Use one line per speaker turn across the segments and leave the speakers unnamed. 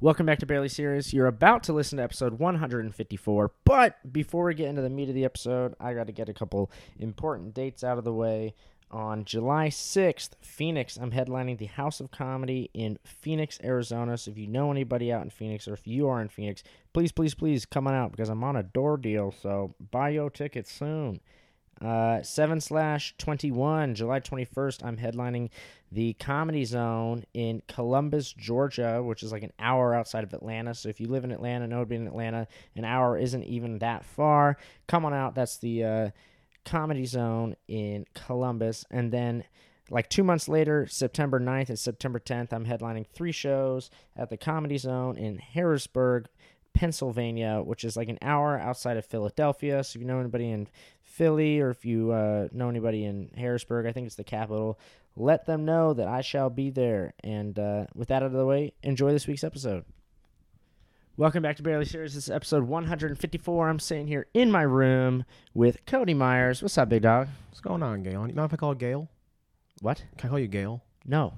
Welcome back to Barely Serious. You're about to listen to episode 154, but before we get into the meat of the episode, I got to get a couple important dates out of the way. On July 6th, Phoenix, I'm headlining the House of Comedy in Phoenix, Arizona. So if you know anybody out in Phoenix or if you are in Phoenix, please, please, please come on out because I'm on a door deal. So buy your tickets soon. Uh, 7 slash 21, July 21st, I'm headlining the Comedy Zone in Columbus, Georgia, which is like an hour outside of Atlanta. So if you live in Atlanta, know to be in Atlanta, an hour isn't even that far. Come on out. That's the uh, Comedy Zone in Columbus. And then like two months later, September 9th and September 10th, I'm headlining three shows at the Comedy Zone in Harrisburg, Pennsylvania, which is like an hour outside of Philadelphia. So if you know anybody in Philly or if you uh, know anybody in Harrisburg, I think it's the capital, let them know that I shall be there. And uh, with that out of the way, enjoy this week's episode. Welcome back to Barely Serious. This is episode 154. I'm sitting here in my room with Cody Myers. What's up, big dog?
What's going on, Gail? You mind if I call Gail?
What?
Can I call you Gail?
No.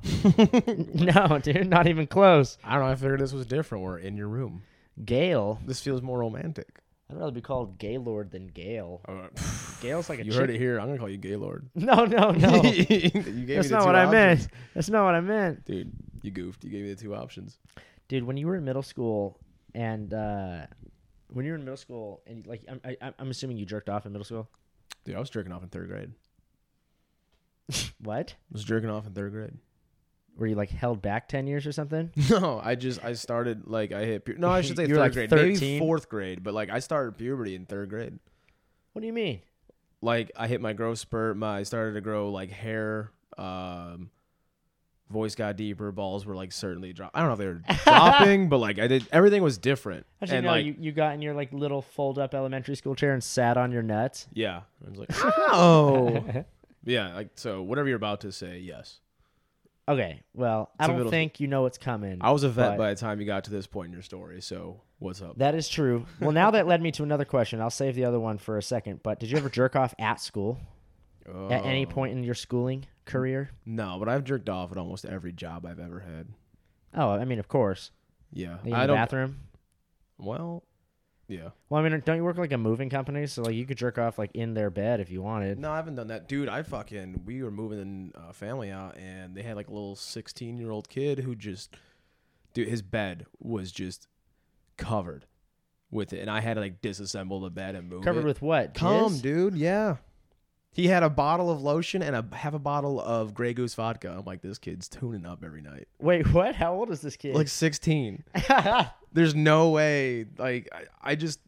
no, dude, not even close.
I don't know. I figured this was different. We're in your room.
Gale.
This feels more romantic.
I'd rather be called Gaylord than Gale.
Uh,
Gale's like a
you
chick.
heard it here. I'm gonna call you Gaylord.
No, no, no.
you gave me
That's
the
not
two
what I meant.
options.
That's not what I meant.
dude. You goofed. You gave me the two options.
dude when you were in middle school and uh when you were in middle school and like I'm, I, I'm- I'm assuming you jerked off in middle school
Dude, I was jerking off in third grade.
what
I was jerking off in third grade.
were you like held back 10 years or something
No, I just I started like I hit. Pu- no, I should say
You
third
were, like,
grade,
13?
maybe fourth grade, but like I started puberty in third grade.
what do you mean
Like I hit my growth spurt. My I started to grow like hair. Um, voice got deeper. Balls were like certainly drop. I don't know if they were dropping, but like I did everything was different.
I should
and
know
like
you, you got in your like little fold up elementary school chair and sat on your nuts
yeah, I was like oh yeah, like so whatever you're about to say, yes.
okay well i
It's a
don't
middle-
think you know what's coming
I was a vet
But-
by the time you got to this point in your story. So what's up?
that is true well now that led me to another question i'll save the other one for a second but did you ever jerk off at school at any
Oh.
point in your schooling career
No, but I've jerked off at almost every job I've ever had.
oh i mean of course
Yeah,
in
I
the
don't.
bathroom
Well, yeah.
Well, I mean, don't you work like a moving company? So like, you could jerk off like in their bed if you wanted.
No, I haven't done that, dude. I fucking we were moving a uh, family out, and they had like a little sixteen-year-old kid who just, dude, his bed was just covered with it, and I had to like disassemble the bed and move
Covered
it.
with what?
Come,
jizz?
dude. Yeah. He had a bottle of lotion and a half a bottle of Grey Goose vodka. I'm like, this kid's tuning up every night.
Wait, what? How old is this kid?
Like 16. There's no way. Like, I, I just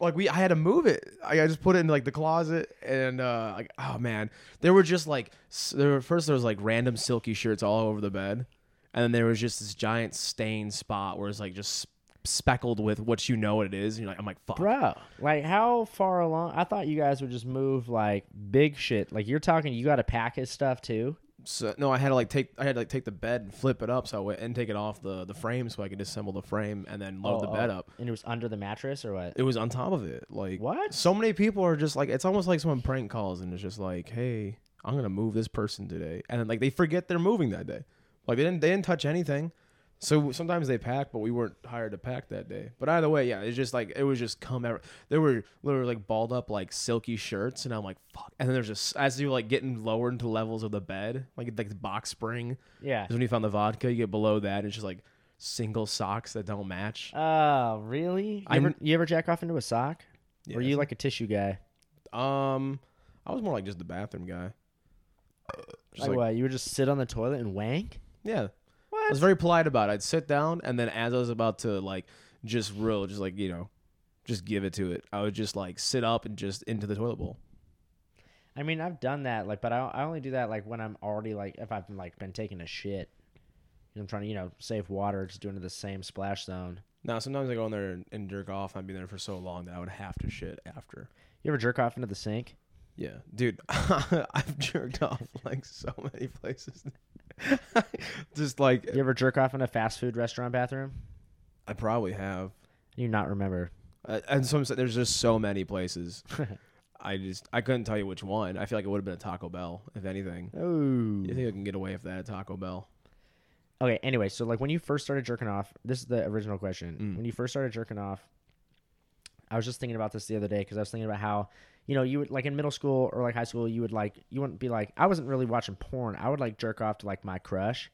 like we. I had to move it. I, I just put it in like the closet and uh, like, oh man, there were just like s- there were, first there was like random silky shirts all over the bed, and then there was just this giant stain spot where it's like just speckled with what you know what it is. And you're like, I'm like, fuck.
bro, like how far along? I thought you guys would just move like big shit. Like you're talking, you got to pack his stuff too.
So no, I had to like take I had to like take the bed and flip it up so I went and take it off the the frame so I could disassemble the frame and then load the
Oh,
bed
oh.
up.
and it was under the mattress or what?
It was on top of it. Like
What?
So many people are just like it's almost like someone prank calls and it's just like, hey, I'm gonna move this person today, and then like they forget they're moving that day. Like they didn't they didn't touch anything. So sometimes they pack, but we weren't hired to pack that day. But either way, yeah, it's just like it was just come. Ever, there were literally like balled up like silky shirts, and I'm like fuck. And then there's just as you're like getting lower into levels of the bed, like like the box spring.
Yeah.
'Cause when you found the vodka, you get below that, and it's just like single socks that don't match.
Oh, really? You
I'm-
ever, you ever jack off into a sock? Were
Yes.
you like a tissue guy?
Um, I was more like just the bathroom guy. Just
Like,
like,
what? You would just sit on the toilet and wank?
yeah, I
What?
was very polite about it. I'd sit down, and then as I was about to like just real, just like you know, just give it to it. I would just like sit up and just into the toilet bowl.
I mean, I've done that, like, but I, I only do that like when I'm already like if I've like been taking a shit. I'm trying to you know save water, just doing it the same splash zone.
Now sometimes I go in there and, and jerk off. I'd be there for so long that I would have to shit after.
You ever jerk off into the sink?
Yeah, dude, I've jerked off like so many places. just like
You ever jerk off in a fast food restaurant bathroom?
I probably have.
You not remember?
Uh, and some there's just so many places. I just I couldn't tell you which one. I feel like it would have been a Taco Bell, if anything.
Oh,
You think I can get away with that at Taco Bell?
Okay, anyway, so like when you first started jerking off, this is the original question.
Mm.
When you first started jerking off, I was just thinking about this the other day because I was thinking about how, you know, you would like in middle school or like high school, you would like, you wouldn't be like, I wasn't really watching porn. I would like jerk off to like my crush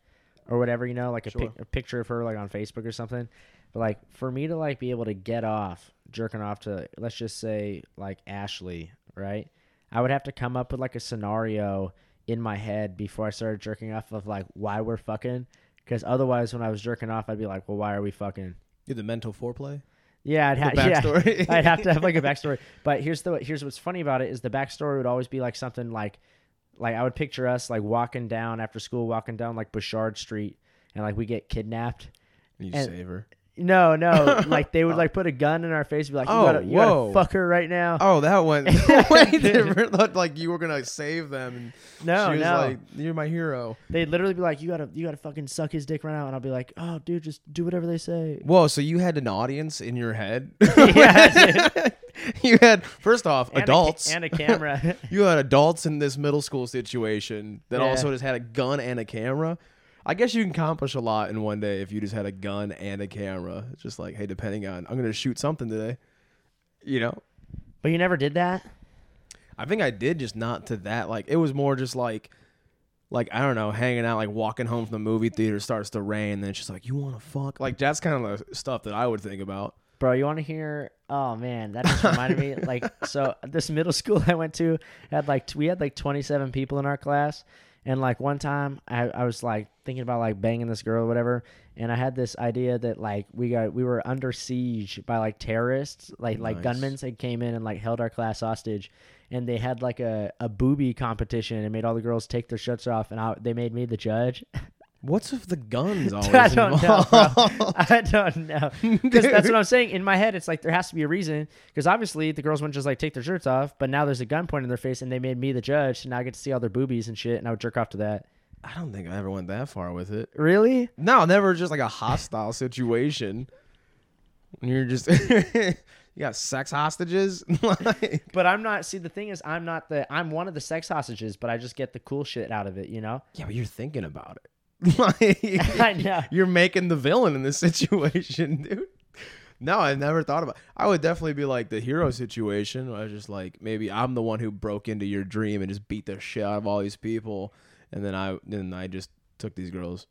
or whatever, you know, like a,
Sure.
pic- a picture of her like on Facebook or something. But like for me to like be able to get off jerking off to, let's just say like Ashley, right? I would have to come up with like a scenario in my head before I started jerking off of like why we're fucking. Because otherwise, when I was jerking off, I'd be like, well, why are we fucking?
You have the mental foreplay.
Yeah, I'd have
The
Yeah,
backstory.
I'd have to have like a backstory. But here's the here's what's funny about it is the backstory would always be like something like like I would picture us like walking down after school, walking down like Bouchard Street, and like we get kidnapped.
And you
And-
save her.
No, no, like they would like put a gun in our face, and be like, you,
Oh,
gotta, you gotta
whoa.
fuck her right now.
Oh, that one. Wait, different. Looked like you were gonna save them. And
no,
she was
Oh, no,
like, "You're my hero."
they'd literally be like, you gotta you gotta fucking suck his dick right now, and I'll be like, oh, dude, just do whatever they say.
Whoa, so you had an audience in your head?
Yeah,
you had first off
And a ca-
adults
and a camera.
you had adults in this middle school situation that
Yeah.
also just had a gun and a camera. I guess you can accomplish a lot in one day if you just had a gun and a camera. It's just like, hey, depending on I'm gonna shoot something today. You know?
But you never did that.
I think I did just not to that. Like it was more just like like I don't know, hanging out, like walking home from the movie theater, starts to rain, then it's just like, you wanna fuck? Like that's kind of the stuff that I would think about.
Bro, you want to hear? Oh man, that just reminded me. Like, so this middle school I went to had like t- we had like 27 people in our class, and like one time I, I was like thinking about like banging this girl or whatever, and I had this idea that like we got we were under siege by like terrorists, like like
Nice.
gunmen had came in and like held our class hostage, and they had like a a booby competition and made all the girls take their shirts off, and I, they made me the judge.
What's if the guns always
I don't know.
involved?
Bro. I don't know. Because that's what I'm saying. In my head, it's like there has to be a reason. Because obviously the girls wouldn't just like take their shirts off, but now there's a gun pointed in their face, and they made me the judge. So now I get to see all their boobies and shit, and I would jerk off to that.
I don't think I ever went that far with it.
Really?
No, never just like a hostile situation. You're just you got sex hostages. like,
But I'm not. See, the thing is, I'm not the. I'm one of the sex hostages, but I just get the cool shit out of it. You know?
yeah, but you're thinking about it. like,
I know.
You're making the villain in this situation, dude. No, I never thought about. I would definitely be like the hero situation. Where I was just like, maybe I'm the one who broke into your dream and just beat the shit out of all these people, and then I then I just took these girls.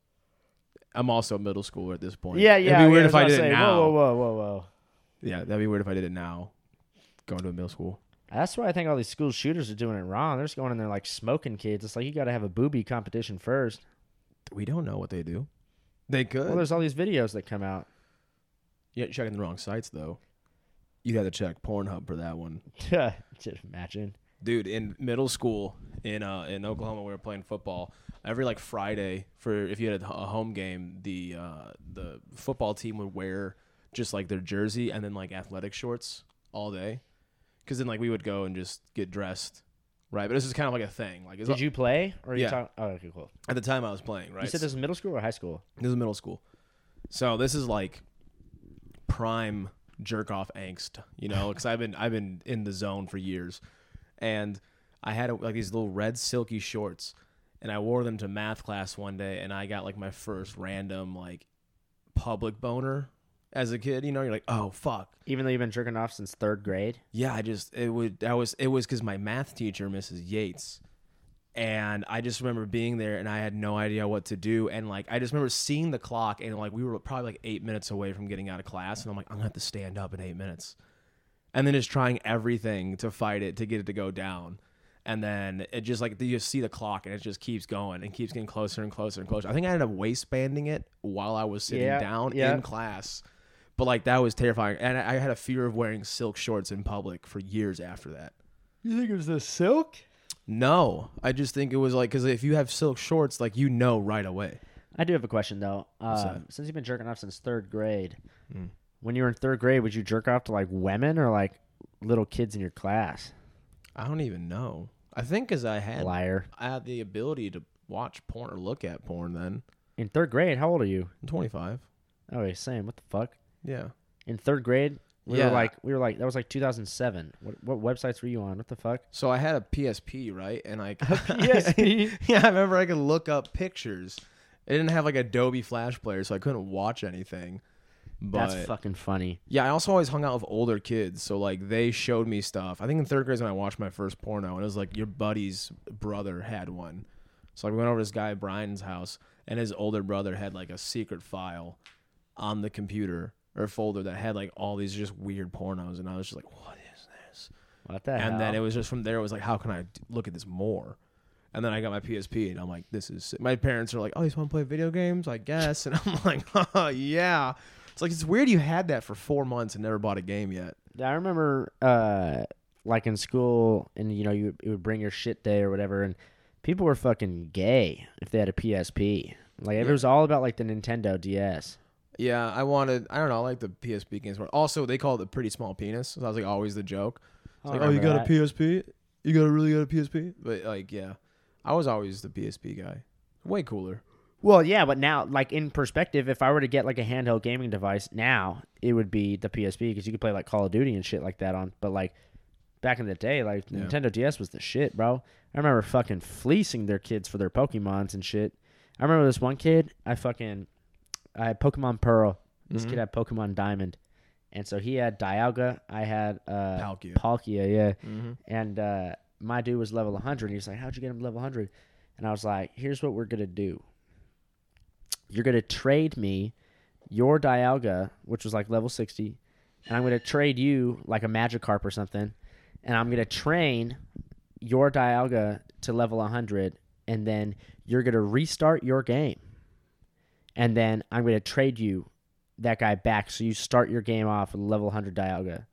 I'm also middle school at this point.
Yeah, yeah.
It'd
yeah,
be weird
that's
if
what
I
I'm
did it
saying.
now.
Whoa, whoa, whoa, whoa, whoa.
Yeah, that'd be weird if I did it now. Going to a middle school.
That's why I think all these school shooters are doing it wrong. They're just going in there like smoking kids. It's like you got to have a booby competition first.
We don't know what they do. They could.
Well, there's all these videos that come out.
You're checking the wrong sites though. You'd have to check Pornhub for that one.
Just imagine.
Dude, in middle school in uh in Oklahoma we were playing football. Every like Friday for if you had a, a home game, the uh the football team would wear just like their jersey and then like athletic shorts all day. Cuz then like we would go and just get dressed. Right? But this is kind of like a thing. Like it's,
Did you play? Or are you
Yeah.
talking? Oh, okay, cool.
at the time I was playing, right?
You said this is middle school or high school?
This is middle school. So this is like prime jerk off angst, you know, because I've been I've been in the zone for years, and I had like these little red silky shorts, and I wore them to math class one day, and I got like my first random like public boner as a kid. You know, you're like, oh fuck,
Even though you've been jerking off since third grade?
yeah, I just it would that was it was because my math teacher, Mrs. Yates, and I just remember being there and I had no idea what to do and like I just remember seeing the clock and like we were probably like eight minutes away from getting out of class and I'm like I'm gonna have to stand up in eight minutes, and then just trying everything to fight it to get it to go down, and then it just like you just see the clock and it just keeps going and keeps getting closer and closer and closer. I think I ended up waistbanding it while I was sitting
Yeah,
down
yeah.
in class. But like that was terrifying, and I I had a fear of wearing silk shorts in public for years after that.
You think it was the silk?
No, I just think it was like because if you have silk shorts, like you know right away.
I do have a question, though. Um, since you've been jerking off since third grade, when you were in third grade, would you jerk off to like women or like little kids in your class?
I don't even know. I think because I had
Liar.
I had the ability to watch porn or look at porn. Then
In third grade, how old are you?
I'm 25.
Oh, wait, same. What the fuck?
Yeah,
In third grade, we
Yeah.
were like, we were like, that was like 2007. What, what websites were you on? What the fuck?
so I had a PSP, right? And I
PSP?
yeah, I remember I could look up pictures, It didn't have like Adobe Flash Player, so I couldn't watch anything. But
That's fucking funny.
yeah, I also always hung out with older kids, so like they showed me stuff. I think in third grade is when I watched my first porno, and it was like your buddy's brother had one. So like we went over to this guy Brian's house, and his older brother had like a secret file on the computer or folder that had like all these just weird pornos, and I was just like, what is this?
What the hell?
and then it was just from there. It was like, how can I d- look at this more? And then I got my PSP, and I'm like, this is. Sick. My parents are like, oh, you just want to play video games, I guess. And I'm like, oh, yeah. It's like it's weird you had that for four months and never bought a game yet.
Yeah, I remember uh like in school and you know you it would bring your shit day or whatever and people were fucking gay if they had a PSP. Like it was all about like the Nintendo DS.
Yeah, I wanted. I don't know. I like the PSP games. more. Also, they call it the pretty small penis. So that was like always the joke.
I
It's like, oh, you
remember
got a PSP? You got a really got a PSP? But like, yeah, I was always the PSP guy. Way cooler.
Well, yeah, but now like in perspective, if I were to get like a handheld gaming device now, it would be the PSP because you could play like Call of Duty and shit like that on. But like back in the day, like
Yeah.
Nintendo DS was the shit, bro. I remember fucking fleecing their kids for their Pokemons and shit. I remember this one kid, I fucking I had Pokemon Pearl. This
Mm-hmm.
kid had Pokemon Diamond. And so he had Dialga, I had uh
Palkia.
Palkia, yeah.
Mm-hmm.
And uh, my dude was level 100. He was like, How'd you get him to level 100? And I was like, Here's what we're going to do. You're going to trade me your Dialga, which was like level 60, and I'm going to trade you like a Magikarp or something. And I'm going to train your Dialga to level 100, and then you're going to restart your game. And then I'm going to trade you that guy back. So you start your game off with level 100 Dialga.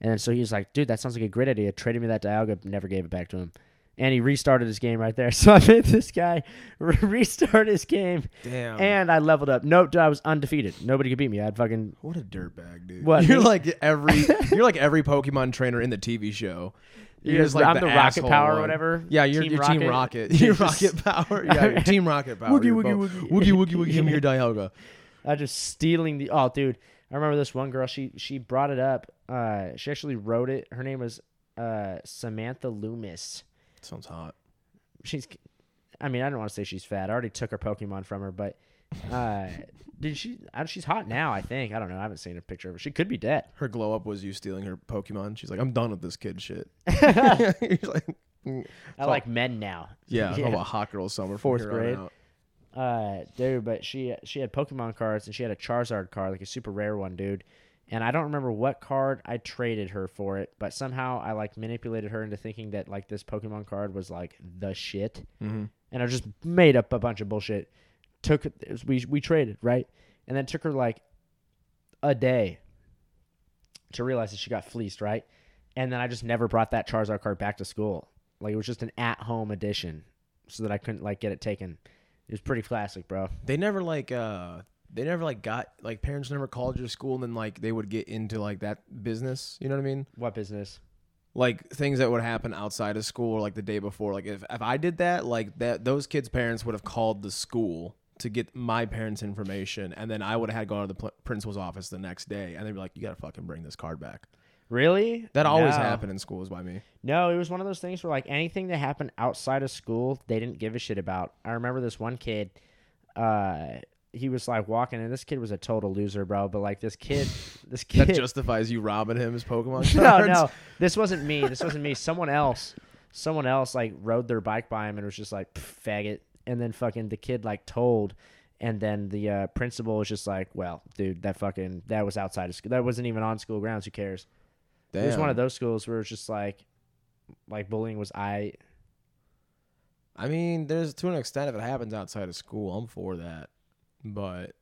And then so he was like, dude, that sounds like a great idea. Traded me that Dialga, never gave it back to him. And he restarted his game right there. So I made this guy re- restart his game,
Damn.
and I leveled up. Nope, dude, I was undefeated. Nobody could beat me. I had fucking
What a dirtbag, dude!
What,
you're
me?
like every you're like every Pokemon trainer in the TV show. You're
Yeah,
just like
I'm the Rocket
asshole
Power or
one.
whatever.
Yeah, you're,
Team
you're Team
Rocket.
Rocket. You're
Just-
Rocket Power. Yeah, you're Team Rocket Power.
Woogie,
You're
woogie,
both-
woogie.
woogie, woogie, woogie. Give me your Dialga.
I just stealing the. Oh, dude, I remember this one girl. She she brought it up. Uh, she actually wrote it. Her name was uh Samantha Loomis.
Sounds hot.
She's. I mean, I don't want to say she's fat. I already took her Pokemon from her, but uh, did she? I, she's hot now. I think. I don't know. I haven't seen a picture of her. She could be dead.
Her glow up was you stealing her Pokemon. She's like, I'm done with this kid shit. You're like, mm.
I
Oh.
like men now.
yeah, oh, yeah. about hot girl summer. from
Fourth
here on
grade.
out.
Uh, dude, but she she had Pokemon cards and she had a Charizard card, like a super rare one, dude. And I don't remember what card I traded her for it, but somehow I like manipulated her into thinking that like this Pokemon card was like the shit,
Mhm.
and I just made up a bunch of bullshit. Took we we traded right, and then took her like a day to realize that she got fleeced, right? And then I just never brought that Charizard card back to school. Like it was just an at-home edition, so that I couldn't like get it taken. It was pretty classic, bro.
They never like uh they never like got like parents never called your school and then like they would get into like that business. You know what I mean?
What business?
like things that would happen outside of school or like the day before like if, if i did that like that those kids parents would have called the school to get my parents information and then i would have had to go to the pl- principal's office the next day and they'd be like you gotta fucking bring this card back
Really?
that always
No.
happened in schools by me
No, it was one of those things where like anything that happened outside of school, they didn't give a shit about. I remember this one kid, uh, he was like walking, and this kid was a total loser, bro. But like this kid, this kid,
that justifies you robbing him his pokemon cards.
no, no, this wasn't me. This wasn't me. Someone else, someone else like rode their bike by him and was just like "Pff, faggot, and then fucking the kid like told, and then the uh, principal was just like, well, dude, that fucking that was outside of school. That wasn't even on school grounds. Who cares? It was
Damn.
one of those schools where it's just like, like bullying was I.
i mean there's to an extent if it happens outside of school i'm for that but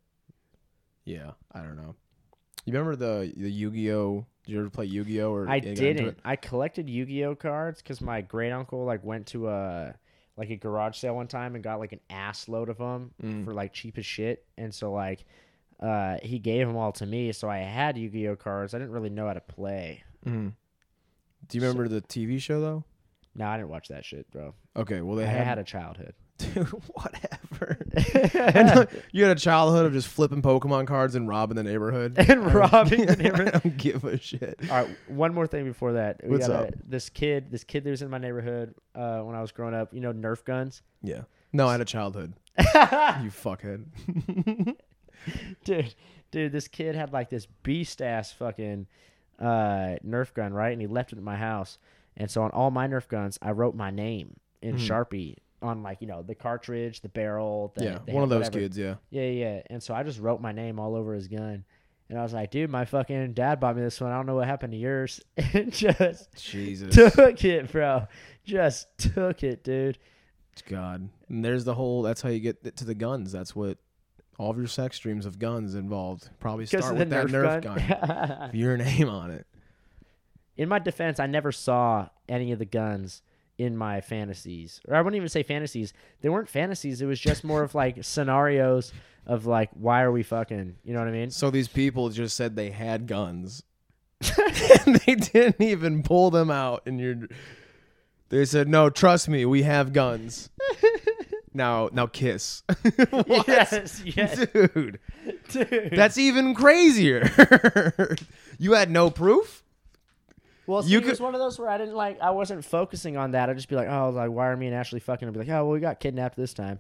yeah i don't know you remember the the yu-gi-oh did you ever play yu-gi-oh or
I
get into it?
didn't. I collected Yu-Gi-Oh cards because my great uncle like went to a like a garage sale one time and got like an ass load of them
Mm.
for like cheap as shit. And so like, uh, he gave them all to me. So I had Yu-Gi-Oh cards. I didn't really know how to play.
Mm. Do you remember the TV show though?
No, I didn't watch that shit, bro.
Okay, well they
I
had,
had a childhood.
dude, whatever. I know you had a childhood of just flipping Pokemon cards and robbing the neighborhood.
And
I don't-
robbing the
I
neighborhood.
don't give a shit.
All right, one more thing before that. We
What's
gotta-
up?
This kid, this kid that was in my neighborhood uh, when I was growing up. You know, Nerf guns.
Yeah. No, I had a childhood. you fuckhead.
dude, dude, this kid had like this beast ass fucking uh, Nerf gun, right? And he left it at my house. And so on all my Nerf guns, I wrote my name in
Mm-hmm.
Sharpie on like you know the cartridge, the barrel. The,
yeah,
the
one of those
whatever.
kids. Yeah.
Yeah, yeah. yeah. And so I just wrote my name all over his gun. And I was like, dude, my fucking dad bought me this one. I don't know what happened to yours. And just
Jesus.
took it, bro. Just took it, dude.
God. And there's the whole. That's how you get to the guns. That's what all of your sex dreams of guns involved. Probably
Because
start
of the
with that
Nerf,
Nerf
gun.
gun. With Your name on it.
in my defense, I never saw any of the guns in my fantasies. Or I wouldn't even say fantasies. They weren't fantasies. It was just more of like scenarios of like, why are we fucking? You know what I mean?
So these people just said they had guns. and they didn't even pull them out and you're they said, No, trust me, we have guns. now now kiss. What?
Yes, yes,
Dude.
dude.
That's even crazier. you had no proof?
Well, see,
You
it was
could-
one of those where I didn't like, I wasn't focusing on that. I'd just be like, oh, like, why are me and Ashley fucking? I'd be like, oh, well, we got kidnapped this time.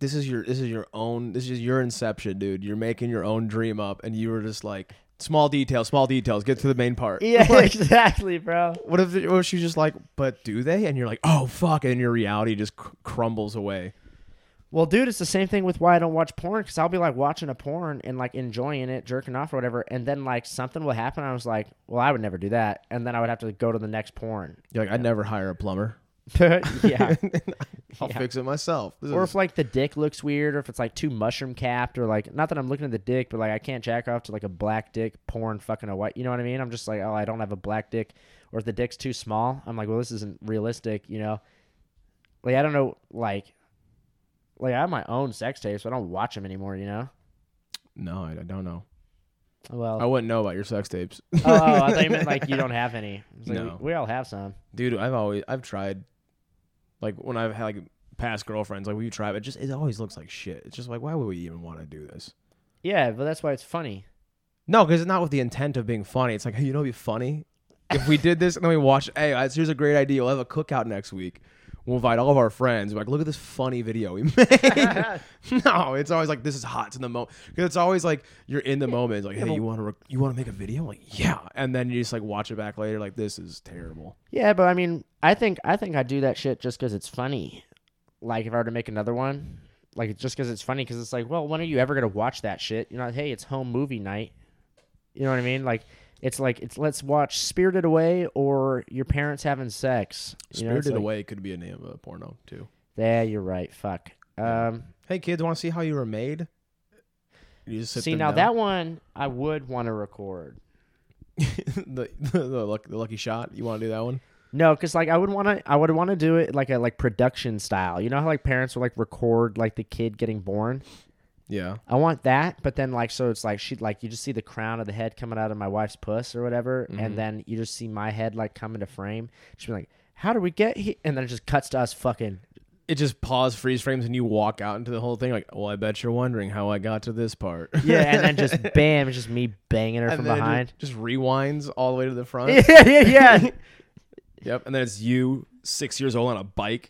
This is your this is your own this is your inception, dude. You're making your own dream up and you were just like small details, small details, get to the main part.
Yeah,
Like,
exactly, bro.
What if, what if she's just like, but do they? And you're like, oh fuck, and your reality just cr- crumbles away.
Well, dude, it's the same thing with why I don't watch porn because I'll be like watching a porn and like enjoying it, jerking off or whatever, and then like something will happen. I was like, well, I would never do that, and then I would have to go to the next porn.
You're like, I'd never hire a plumber.
yeah.
I'll
Yeah.
fix it myself. This
Or
is-
if like the dick looks weird, or if it's like too mushroom capped, or like not that I'm looking at the dick, but like I can't jack off to like a black dick porn fucking a white. You know what I mean? I'm just like, oh, I don't have a black dick, or if the dick's too small, I'm like, well, this isn't realistic. You know, like I don't know, like, like I have my own sex tapes, but I don't watch them anymore. You know.
no, I, I don't know.
Well,
I wouldn't know about your sex tapes,
oh, oh, I thought you meant like you don't have any. It's like,
No.
we, we all have some.
dude. I've always I've tried, like when I've had like past girlfriends, like we try, it just it always looks like shit. It's just like, why would we even want to do this?
Yeah, but that's why it's funny.
No, because it's not with the intent of being funny. It's like, hey, you know, it'd be funny if we did this and then we watch. Hey, guys, here's a great idea. We'll have a cookout next week. We'll invite all of our friends. We're like, look at this funny video we made. no, it's always like this is hot in the moment because it's always like you're in the moment. It's like, hey, you want to rec- you want to make a video? Like, yeah, and then you just like watch it back later. Like, this is terrible.
Yeah, but I mean, I think I think I do that shit just because it's funny. Like if I were to make another one, like it's just because it's funny, because it's like, well, when are you ever gonna watch that shit? You know, like, hey, it's home movie night. You know what I mean? Like it's like it's let's watch Spirited Away or your parents having sex. You know, it's
Spirited
like-
Away could be a name of a porno too.
Yeah, you're right. Fuck. Um,
Hey kids, want to see how you were made? You just sit
see
them
now
down.
that one I would want to record.
the, the, the, luck, the lucky shot. You want to do that one?
No, because like I would want to, I would want to do it like a like production style. You know how like parents will like record like the kid getting born.
Yeah.
I want that, but then like so it's like she like you just see the crown of the head coming out of my wife's puss or whatever,
Mm-hmm.
and then you just see my head like come into frame. She'd be like, "How did we get here?" And then it just cuts to us fucking.
it just pause freeze frames and you walk out into the whole thing like well i bet you're wondering how i got to this part
Yeah, and then just bam, it's just me banging her
And
from
then it
behind.
just, just rewinds all the way to the front
yeah, yeah, yeah.
yep and then it's you six years old on a bike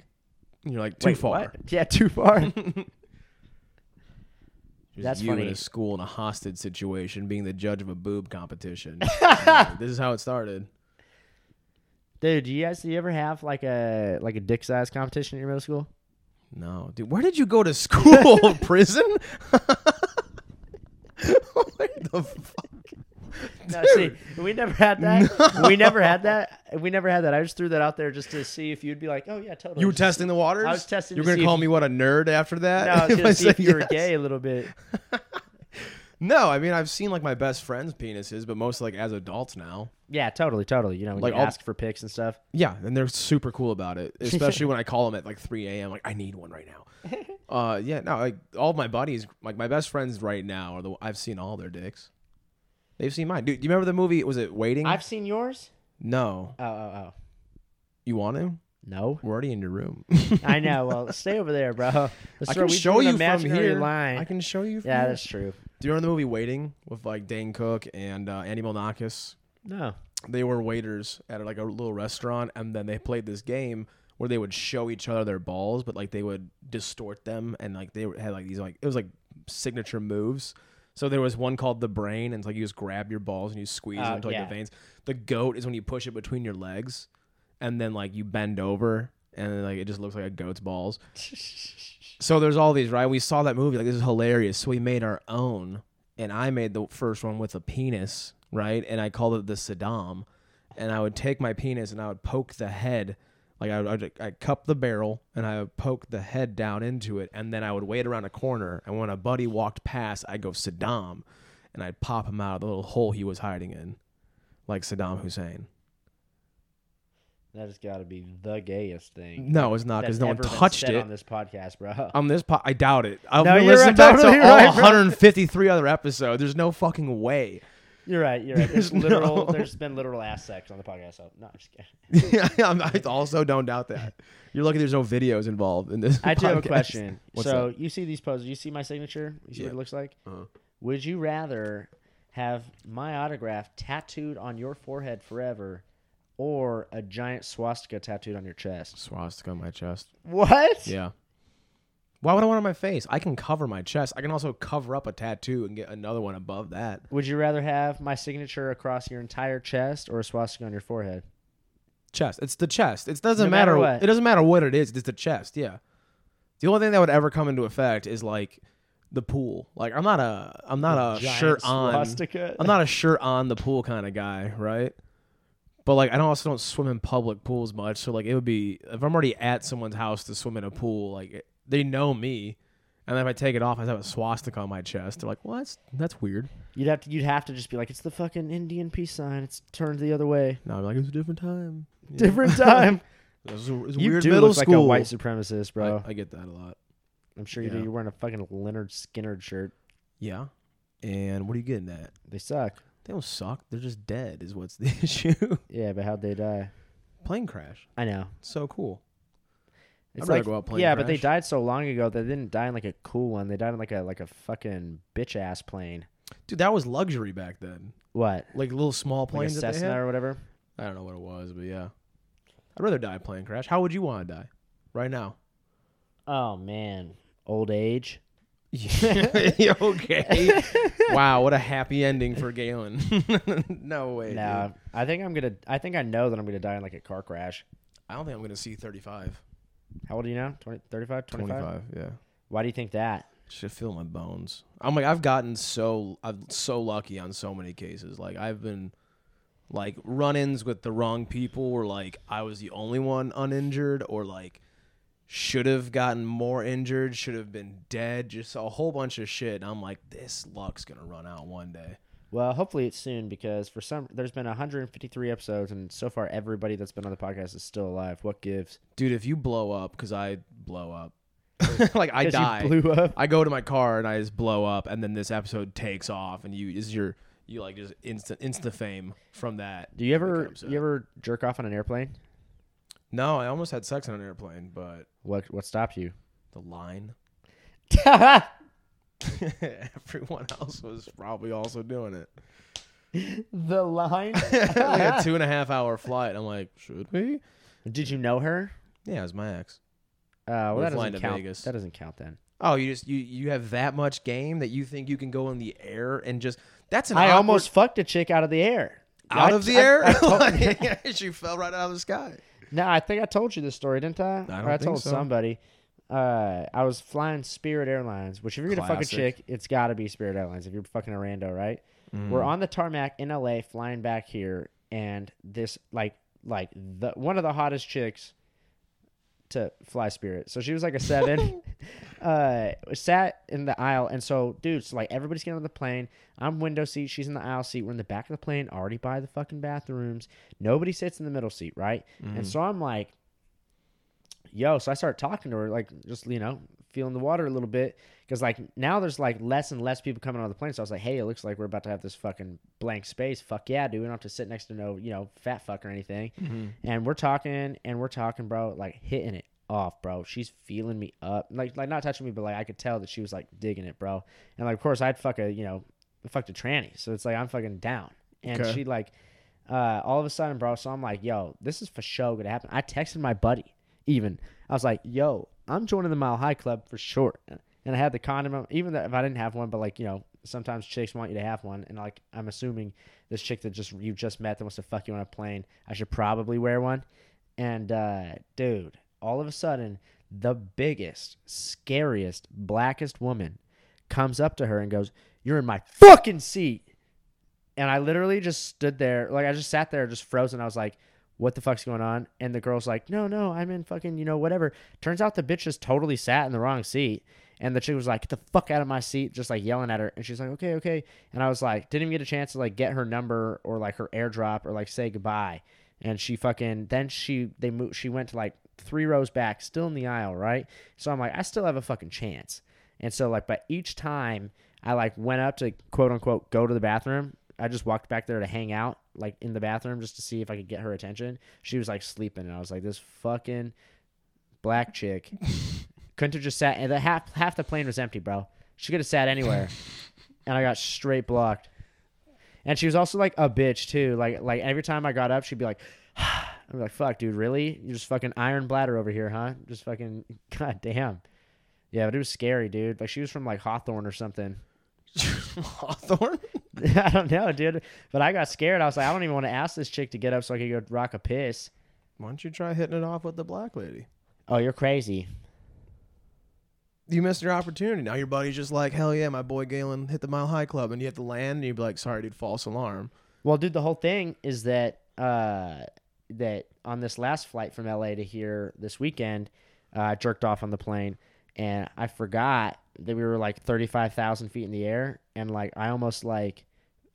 and you're like too
Wait,
far
what? Yeah, too far.
Just
That's
you in
funny.
a school in a hostage situation being the judge of a boob competition Yeah, this is how it started
Dude, do you guys do you ever have like a like a dick size competition in your middle school?
no dude where did you go to school prison what the fuck
No, see, we never had that. We never had that. We never had that. I just threw that out there just to see if you'd be like, oh yeah, totally.
you were testing the waters
I was testing
you're
to
gonna
see if
call
you-
me what a nerd after that
No, I was
If
gonna see if
said
you were
yes?
gay a little bit.
No, I mean I've seen like my best friends' penises, but most like as adults now.
Yeah, totally, totally. You know, when
Like,
you
I'll-
ask for pics and stuff.
Yeah, and they're super cool about it, especially when I call them at like 3 a.m. Like I need one right now. Uh, yeah, no, like all my buddies, like my best friends right now are the I've seen all their dicks. They've seen mine. Dude, do you remember the movie? Was it Waiting?
I've seen yours.
No,
Oh, oh, oh.
you want to?
No,
We're already in your room.
I know. Well, stay over there, bro. Let's
I
throw-
can
we
show
drew an
you from
imaginary
here.
Line.
I can show you. From
yeah,
here.
that's true.
Do you remember the movie Waiting with like Dane Cook and uh, Andy Milonakis?
No,
they were waiters at like a little restaurant and then they played this game where they would show each other their balls, but like they would distort them and like they had like these like it was like signature moves. So there was one called the brain, and it's like you just grab your balls and you squeeze
Oh,
them to like
yeah.
the veins. The goat is when you push it between your legs, and then like you bend over, and then, like it just looks like a goat's balls. So there's all these, right? We saw that movie. Like, this is hilarious. So we made our own. And I made the first one with a penis, right? And I called it the Saddam. And I would take my penis and I would poke the head. Like, I would I cup the barrel and I would poke the head down into it. And then I would wait around a corner. And when a buddy walked past, I'd go Saddam. And I'd pop him out of the little hole he was hiding in, like Saddam Hussein.
That has got to be the gayest thing.
No, it's not
that's
because no one
ever been
touched
said
it.
on this podcast, bro.
on this po- I doubt it. I've
No,
been
you're
listening
right,
back to
totally
all
right, bro.
153 other episodes. There's no fucking way.
You're right. You're right. There's
There's
literal.
no-
There's been literal ass sex on the podcast. So no, I'm just kidding.
I'm- I also don't doubt that. You're lucky there's no videos involved in this.
I do have a
podcast.
question.
What's
so you see these poses? You see my signature? You see what
Yeah.
it looks like?
Uh-huh.
Would you rather have my autograph tattooed on your forehead forever, or a giant swastika tattooed on your chest?
swastika on my chest.
What?
Yeah. Why would I want it on my face? I can cover my chest. I can also cover up a tattoo and get another one above that.
Would you rather have my signature across your entire chest or a swastika on your forehead?
Chest. It's the chest. It doesn't
No matter
matter.
what.
It doesn't matter what it is. It's the chest. Yeah. The only thing that would ever come into effect is like the pool. Like I'm not a I'm not a
Giant
Uh, shirt on.
swastika.
I'm not a shirt on the pool kind of guy, right? But like I don't also don't swim in public pools much, so like it would be if I'm already at someone's house to swim in a pool, like it- they know me, and if I take it off, I have a swastika on my chest. They're like, "Well, that's that's weird."
You'd have to. You'd have to just be like, it's the fucking Indian peace sign. It's turned the other way.
No, I'm like, "It was a different time, You know?
Different time.
It was a, it was a
you
weird
do
middle
look like
school."
a white supremacist, bro.
I, I get that a lot.
I'm sure you do.
Yeah.
You're wearing a fucking Leonard Skinner shirt.
Yeah, and what are you getting at?
They suck.
They don't suck. They're just dead. Is what's the issue?
Yeah, but how'd they die?
Plane crash.
I know.
So cool.
It's
rather
like,
go out plane
yeah, but they
crash.
died so long ago they didn't die in like a cool one. They died in like a like a fucking bitch ass plane.
Dude, that was luxury back then.
What?
Like little small
Like a
planes that they had.
Cessna or whatever.
I don't know what it was, but yeah. I'd rather die a plane crash. How would you want to die? Right now.
Oh man, old age.
okay. wow, what a happy ending for Galen. no way. dude.
No, I think I'm gonna. I think I know that I'm gonna die in like a car crash.
I don't think I'm going to see 35.
How old are you now? 20, 35, 25?
25, yeah.
Why do you think that?
Should feel my bones. I'm like I've gotten so I'm so lucky on so many cases. Like I've been like run-ins with the wrong people or like I was the only one uninjured or like should have gotten more injured, should have been dead, just a whole bunch of shit. And I'm like this luck's going to run out one day.
Well, hopefully it's soon because for some, there's been 153 episodes, and so far everybody that's been on the podcast is still alive. What gives?
Dude, if you blow up cuz I blow up. like I
'Cause
die.
You blew up.
I go to my car and I just blow up, and then this episode takes off, and you this is your you like just instant insta fame from that.
Do you
Like
ever
an episode.
you ever jerk off on an airplane?
No, I almost had sex on an airplane, but
What what stopped you?
the line.
I
Everyone else was probably also doing it.
The line.
like a two and a half hour flight. I'm like, should we?
Did you know her?
Yeah, it was my ex.
Uh, well,
We're
that
flying
doesn't
to
count.
Vegas.
That doesn't count then.
Oh, you just you you have that much game that you think you can go in the air and just that's an
I
awkward-
almost fucked a chick out of the air.
out
I-
of the
I-
air.
I told-
Like, she fell right out of the sky.
no, I think I told you this story, didn't I?
I
Or
don't think
told
so.
somebody. Uh, I was flying Spirit Airlines, which if you're gonna fuck a
Classic.
chick, it's gotta be Spirit Airlines. If you're fucking a rando, right?
Mm.
We're on the tarmac in LA, flying back here, and this like like the one of the hottest chicks to fly Spirit. So she was like a seven. uh, sat in the aisle, and so dude, so like everybody's getting on the plane. I'm window seat. She's in the aisle seat. We're in the back of the plane, already by the fucking bathrooms. Nobody sits in the middle seat, right? And so I'm like, yo. So I start talking to her, like just you know, feeling the water a little bit, because like now there's like less and less people coming on the plane. So I was like, hey, it looks like we're about to have this fucking blank space. Fuck yeah, dude. We don't have to sit next to no you know fat fuck or anything. And we're talking and we're talking, bro, like hitting it off, bro. She's feeling me up, like like not touching me, but like I could tell that she was like digging it, bro. And like of course I'd fuck a you know I fucked a tranny, so it's like I'm fucking down. And
Okay.
she like, uh, all of a sudden, bro. So I'm like, yo, this is for sure gonna happen. I texted my buddy, even. I was like, yo, I'm joining the Mile High Club for sure. And I had the condom, even though if I didn't have one, but like, you know, sometimes chicks want you to have one. And like, I'm assuming this chick that just you just met that wants to fuck you on a plane, I should probably wear one. And uh, dude, all of a sudden, the biggest, scariest, blackest woman comes up to her and goes, You're in my fucking seat. And I literally just stood there, like I just sat there just frozen. I was like, what the fuck's going on? And the girl's like, No, no, I'm in fucking, you know, whatever. Turns out the bitch just totally sat in the wrong seat. And the chick was like, Get the fuck out of my seat, just like yelling at her. And she's like, Okay, okay. And I was like, didn't even get a chance to like get her number or like her airdrop or like say goodbye. And she fucking then she they moved she went to like three rows back, still in the aisle, right? So I'm like, I still have a fucking chance. And so like, but each time I like went up to quote unquote go to the bathroom, I just walked back there to hang out like in the bathroom just to see if I could get her attention. She was like sleeping, and I was like, this fucking black chick couldn't have just sat. And the half half the plane was empty, bro. She could have sat anywhere, and I got straight blocked. And she was also like a bitch too. Like like every time I got up, she'd be like. I'm like, fuck, dude, really? You just fucking iron bladder over here, huh? Just fucking, god damn. Yeah, but it was scary, dude. Like she was from like Hawthorne or something.
Hawthorne?
I don't know, dude. But I got scared. I was like, I don't even want to ask this chick to get up so I could go rock a piss.
Why don't you try hitting it off with the black lady?
Oh, you're crazy.
You missed your opportunity. Now your buddy's just like, hell yeah, my boy Galen hit the Mile High Club, and you have to land, and you'd be like, sorry, dude, false alarm.
Well, dude, the whole thing is that uh that on this last flight from LA to here this weekend, uh, I jerked off on the plane and I forgot that we were like 35,000 feet in the air and like I almost like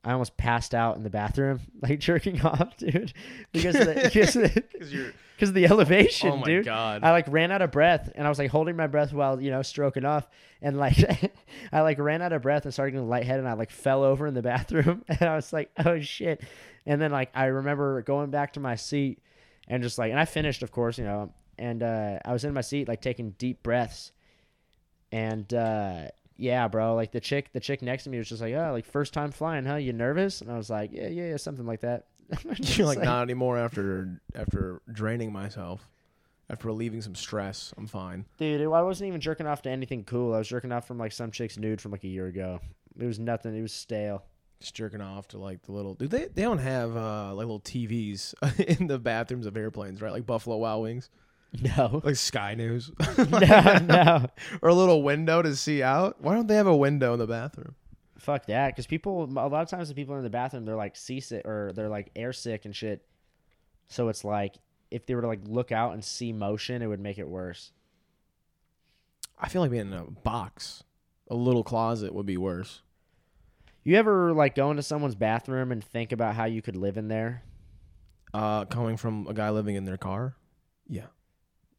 I almost passed out in the bathroom like jerking off, dude, because of the, because of the,
Because you're,
because of the elevation,
oh my
dude.
god.
I like ran out of breath and I was like holding my breath while, you know, stroking off and like I like ran out of breath and started getting lightheaded and I like fell over in the bathroom and I was like, oh shit. And then like I remember going back to my seat and just like and I finished of course, you know, and uh I was in my seat like taking deep breaths and uh yeah, bro, like the chick the chick next to me was just like, Oh, like first time flying, huh? You nervous? And I was like, Yeah, yeah, yeah, something like that. Just
You're like, not anymore after after draining myself, after relieving some stress. I'm fine.
Dude, it- I wasn't even jerking off to anything cool. I was jerking off from like some chick's nude from like a year ago. It was nothing. It was stale.
Just jerking off to like the little. Dude, they they don't have uh like little TVs in the bathrooms of airplanes, right? Like Buffalo Wild Wings,
No.
like Sky News,
no, no.
or a little window to see out. Why don't they have a window in the bathroom?
Fuck that. Because people, a lot of times the people are in the bathroom, they're like seasick or they're like air sick and shit. So it's like, if they were to like look out and see motion, it would make it worse.
I feel like being in a box, a little closet would be worse.
You ever like go into someone's bathroom and think about how you could live in there?
Uh, coming from a guy living in their car. Yeah,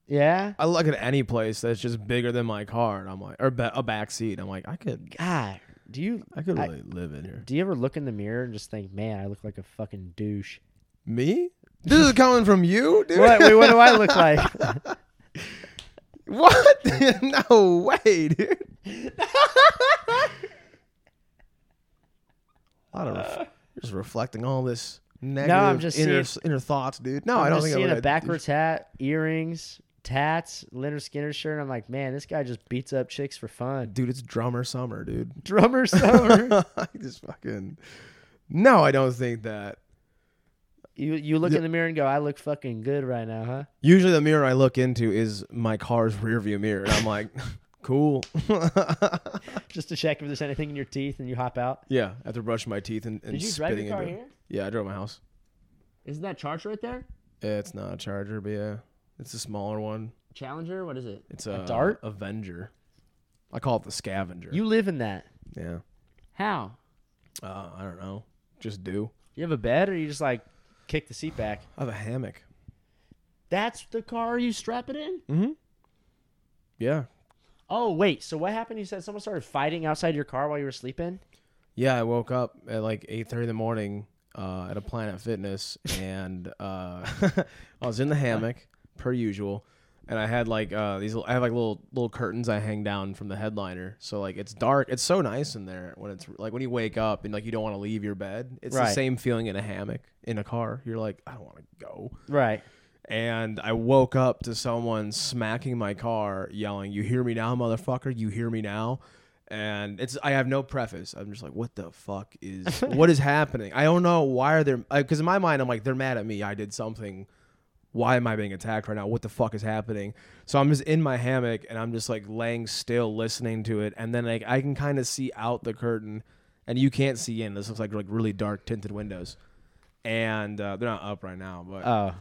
Yeah.
I look at any place that's just bigger than my car, and I'm like, or ba- a back seat. I'm like, I could,
God, do you
I could
I-
really live in here.
do you ever look in the mirror and just think, man, I look like a fucking douche?
Me? This is coming from you, dude.
What? Wait, what do I look like?
What? no way, dude. a lot of ref- just reflecting all this negative
just
inner inner thoughts, dude. No, I'm I do not
just
think I
seeing
would.
a backwards hat, earrings, tats, Leonard Skinner shirt. I'm like, man, this guy just beats up chicks for fun.
dude. It's drummer summer, dude.
Drummer summer.
I just fucking. No, I don't think that.
you you look in the mirror and go, I look fucking good right now, huh?
Usually, the mirror I look into is my car's rearview mirror, and I'm like, cool.
Just to check if there's anything in your teeth, and you hop out.
yeah, after brushing my teeth and, and
Did you drive
spitting
your car
into it.
here?
Yeah, I drove my house.
Isn't that charge right there?
It's not a Charger, but yeah, it's a smaller one.
Challenger, what is it?
It's a,
dart?
Avenger. I call it the scavenger.
You live in that.
yeah.
How?
Uh, I don't know. Just do.
You have a bed, or you just like kick the seat back?
I have a hammock.
That's the car you strap it in.
Yeah.
Oh wait, so what happened? You said someone started fighting outside your car while you were sleeping.
Yeah, I woke up at like eight thirty in the morning uh, at a Planet Fitness, and uh, I was in the hammock per usual, and I had like uh, these. Little, I have like little little curtains I hang down from the headliner, so like it's dark. It's so nice in there when it's like when you wake up and like you don't want to leave your bed. It's the
Right.
same feeling in a hammock in a car. You're like, I don't want to go.
Right.
and I woke up to someone smacking my car, yelling, "You hear me now, motherfucker! You hear me now!" And it's I have no preface. I'm just like, "What the fuck is what is happening?" I don't know why are they because in my mind I'm like, "They're mad at me. I did something." Why am I being attacked right now? What the fuck is happening? So I'm just in my hammock and I'm just like laying still, listening to it, and then like I can kind of see out the curtain, and you can't see in. This looks like like really dark tinted windows, and uh, they're not up right now, but
Oh,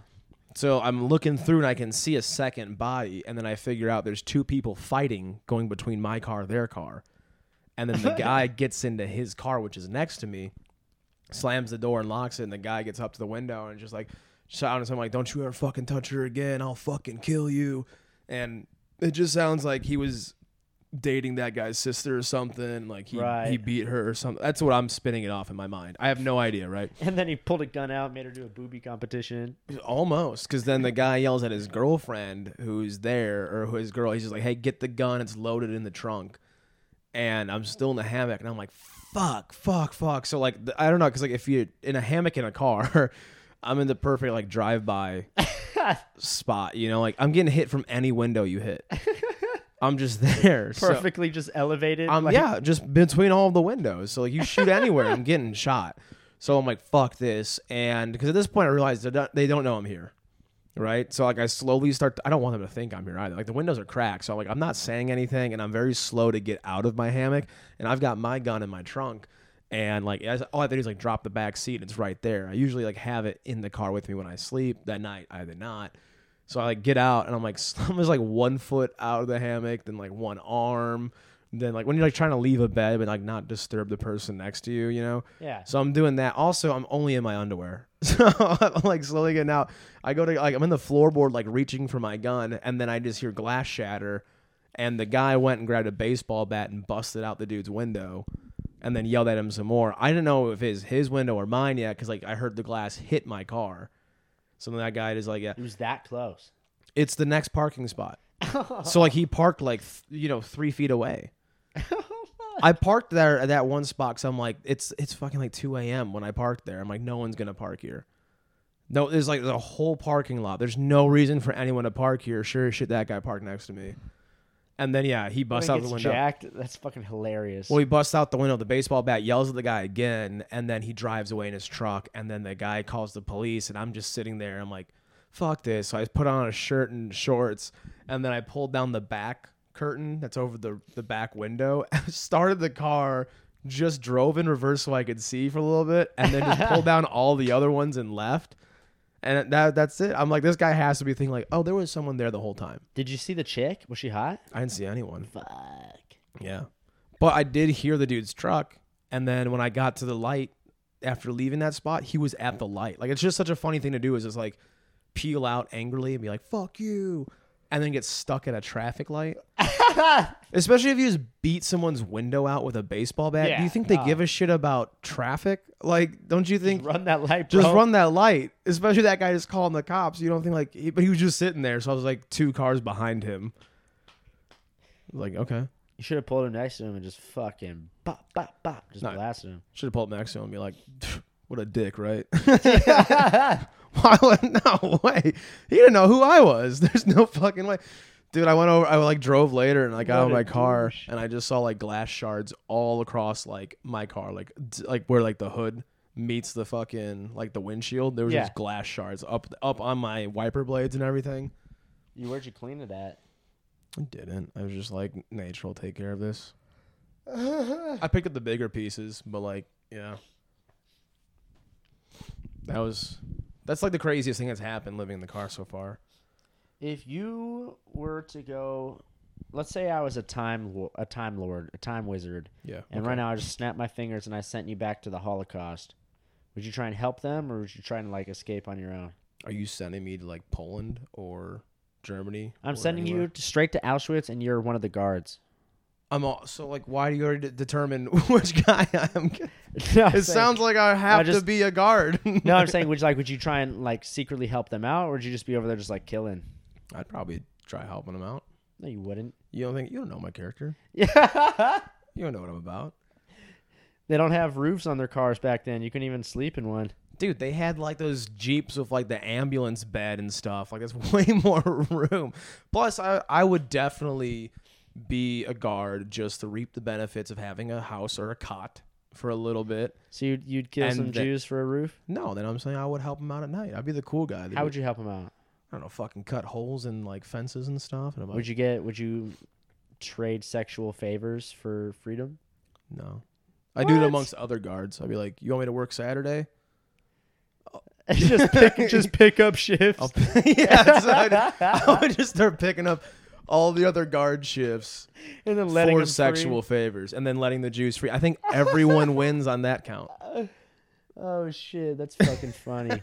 so I'm looking through and I can see a second body, and then I figure out there's two people fighting going between my car, their car. And then the guy gets into his car, which is next to me, slams the door and locks it, and the guy gets up to the window and just like shouting at him like, Don't you ever fucking touch her again, I'll fucking kill you. And it just sounds like he was dating that guy's sister or something, like he
Right.
he beat her or something. That's what I'm spinning it off in my mind. I have no idea, right?
and then he pulled a gun out, made her do a booby competition.
Almost, because then the guy yells at his girlfriend who's there, or who his girl. He's just like, "Hey, get the gun! It's loaded in the trunk." And I'm still in the hammock, and I'm like, "Fuck, fuck, fuck!" So like, the, I don't know, because like if you're in a hammock in a car, I'm in the perfect like drive-by spot. You know, like I'm getting hit from any window you hit. I'm just there. so-
Perfectly just elevated.
um,
like,
yeah, just between all the windows. So like you shoot anywhere, I'm getting shot. So I'm like, fuck this, and because at this point I realized they don't, they don't know I'm here, right? So like I slowly start. I don't want them to think I'm here either. Like the windows are cracked, so I'm like I'm not saying anything, and I'm very slow to get out of my hammock, and I've got my gun in my trunk. And like as- all I have to do is like drop the back seat, and it's right there. I usually like have it in the car with me when I sleep. That night I did not. So I like get out and I'm like I'm just like one foot out of the hammock, then like one arm, then like when you're like trying to leave a bed but like not disturb the person next to you, you know.
Yeah.
So I'm doing that. Also, I'm only in my underwear, so I'm like slowly getting out. I go to like I'm in the floorboard, like reaching for my gun, and then I just hear glass shatter, and the guy went and grabbed a baseball bat and busted out the dude's window. And then yelled at him some more. I didn't know if it's his window or mine yet, because like I heard the glass hit my car. So then that guy is like, yeah,
It was that close.
it's the next parking spot.
Oh,
so like he parked like th- you know three feet away. I parked there at that one spot because I'm like it's it's fucking like 2 a.m. when I parked there. I'm like no one's gonna park here. No, there's like the whole parking lot. There's no reason for anyone to park here. Sure as shit, that guy parked next to me. And then yeah, he busts out
When
the
he gets
window.
jacked. That's fucking hilarious.
Well, he busts out the window, the baseball bat, yells at the guy again, and then he drives away in his truck. And then the guy calls the police, and I'm just sitting there. I'm like, fuck this. So I put on a shirt and shorts, and then I pulled down the back curtain that's over the, the back window, started the car, just drove in reverse so I could see for a little bit, and then just pulled down all the other ones and left. And that that's it. I'm like, this guy has to be thinking like, oh, there was someone there the whole time.
Did you see the chick? Was she hot?
I didn't see anyone.
Fuck.
Yeah. But I did hear the dude's truck. And then when I got to the light after leaving that spot, he was at the light. Like, it's just such a funny thing to do is just like peel out angrily and be like, fuck you. And then get stuck at a traffic light. Especially if you just beat someone's window out with a baseball bat. do
Yeah,
you think they
uh.
give a shit about traffic? Like, don't you think
Run that light, bro.
just run that light? Especially that guy just calling the cops. You don't think like, he, but he was just sitting there. So I was like two cars behind him. Like, okay.
You should have pulled him next to him and just fucking bop, bop, bop. Just
No.
blasted him.
Should have pulled up next to him and be like, "What a dick, right?" Why would no way? He didn't know who I was. There's no fucking way, dude. I went over. I like drove later and I got
What
out of
a
my car
douche.
and I just saw like glass shards all across like my car, like d- like where like the hood meets the fucking like the windshield. There was
Yeah.
just glass shards up up on my wiper blades and everything.
You where'd you clean it at?
I didn't. I was just like, nature will take care of this. I picked up the bigger pieces, but like, yeah. That was that's like the craziest thing that's happened living in the car so far.
If you were to go, let's say I was a time lo- a time lord, a time wizard,
Yeah.
and right now I just snapped my fingers and I sent you back to the Holocaust. Would you try and help them, or would you try and like escape on your own?
Are you sending me to like Poland or Germany?
I'm
or
sending
anywhere?
you to, straight to Auschwitz, and you're one of the guards.
I'm all, so like why do you already determine which guy I am?
no,
It sounds like I have to
just-
be a guard.
No, I'm saying, would you like, would you try and like secretly help them out, or would you just be over there just like killing?
I'd probably try helping him out.
No, you wouldn't.
You don't think you don't know my character?
Yeah.
You don't know what I'm about.
They don't have roofs on their cars back then. You couldn't even sleep in one.
Dude, they had like those jeeps with like the ambulance bed and stuff. Like, that's way more room. Plus, I I would definitely be a guard just to reap the benefits of having a house or a cot for a little bit.
So you'd, you'd kill
And
some
the-
Jews for a roof?
No, then I'm saying I would help them out at night. I'd be the cool guy. that
How would you help them out?
I don't know, fucking cut holes in like fences and stuff. And I'm like,
Would you get? Would you trade sexual favors for freedom?
no, I do it
What?
amongst other guards. I'd be like, you want me to work Saturday?
just pick, just pick up shifts.
I'll, yeah, so I'd, I would just start picking up all the other guard shifts
and then letting
for
them
sexual favors, and then letting the Jews free. I think everyone wins on that count.
free. Oh shit, that's fucking funny.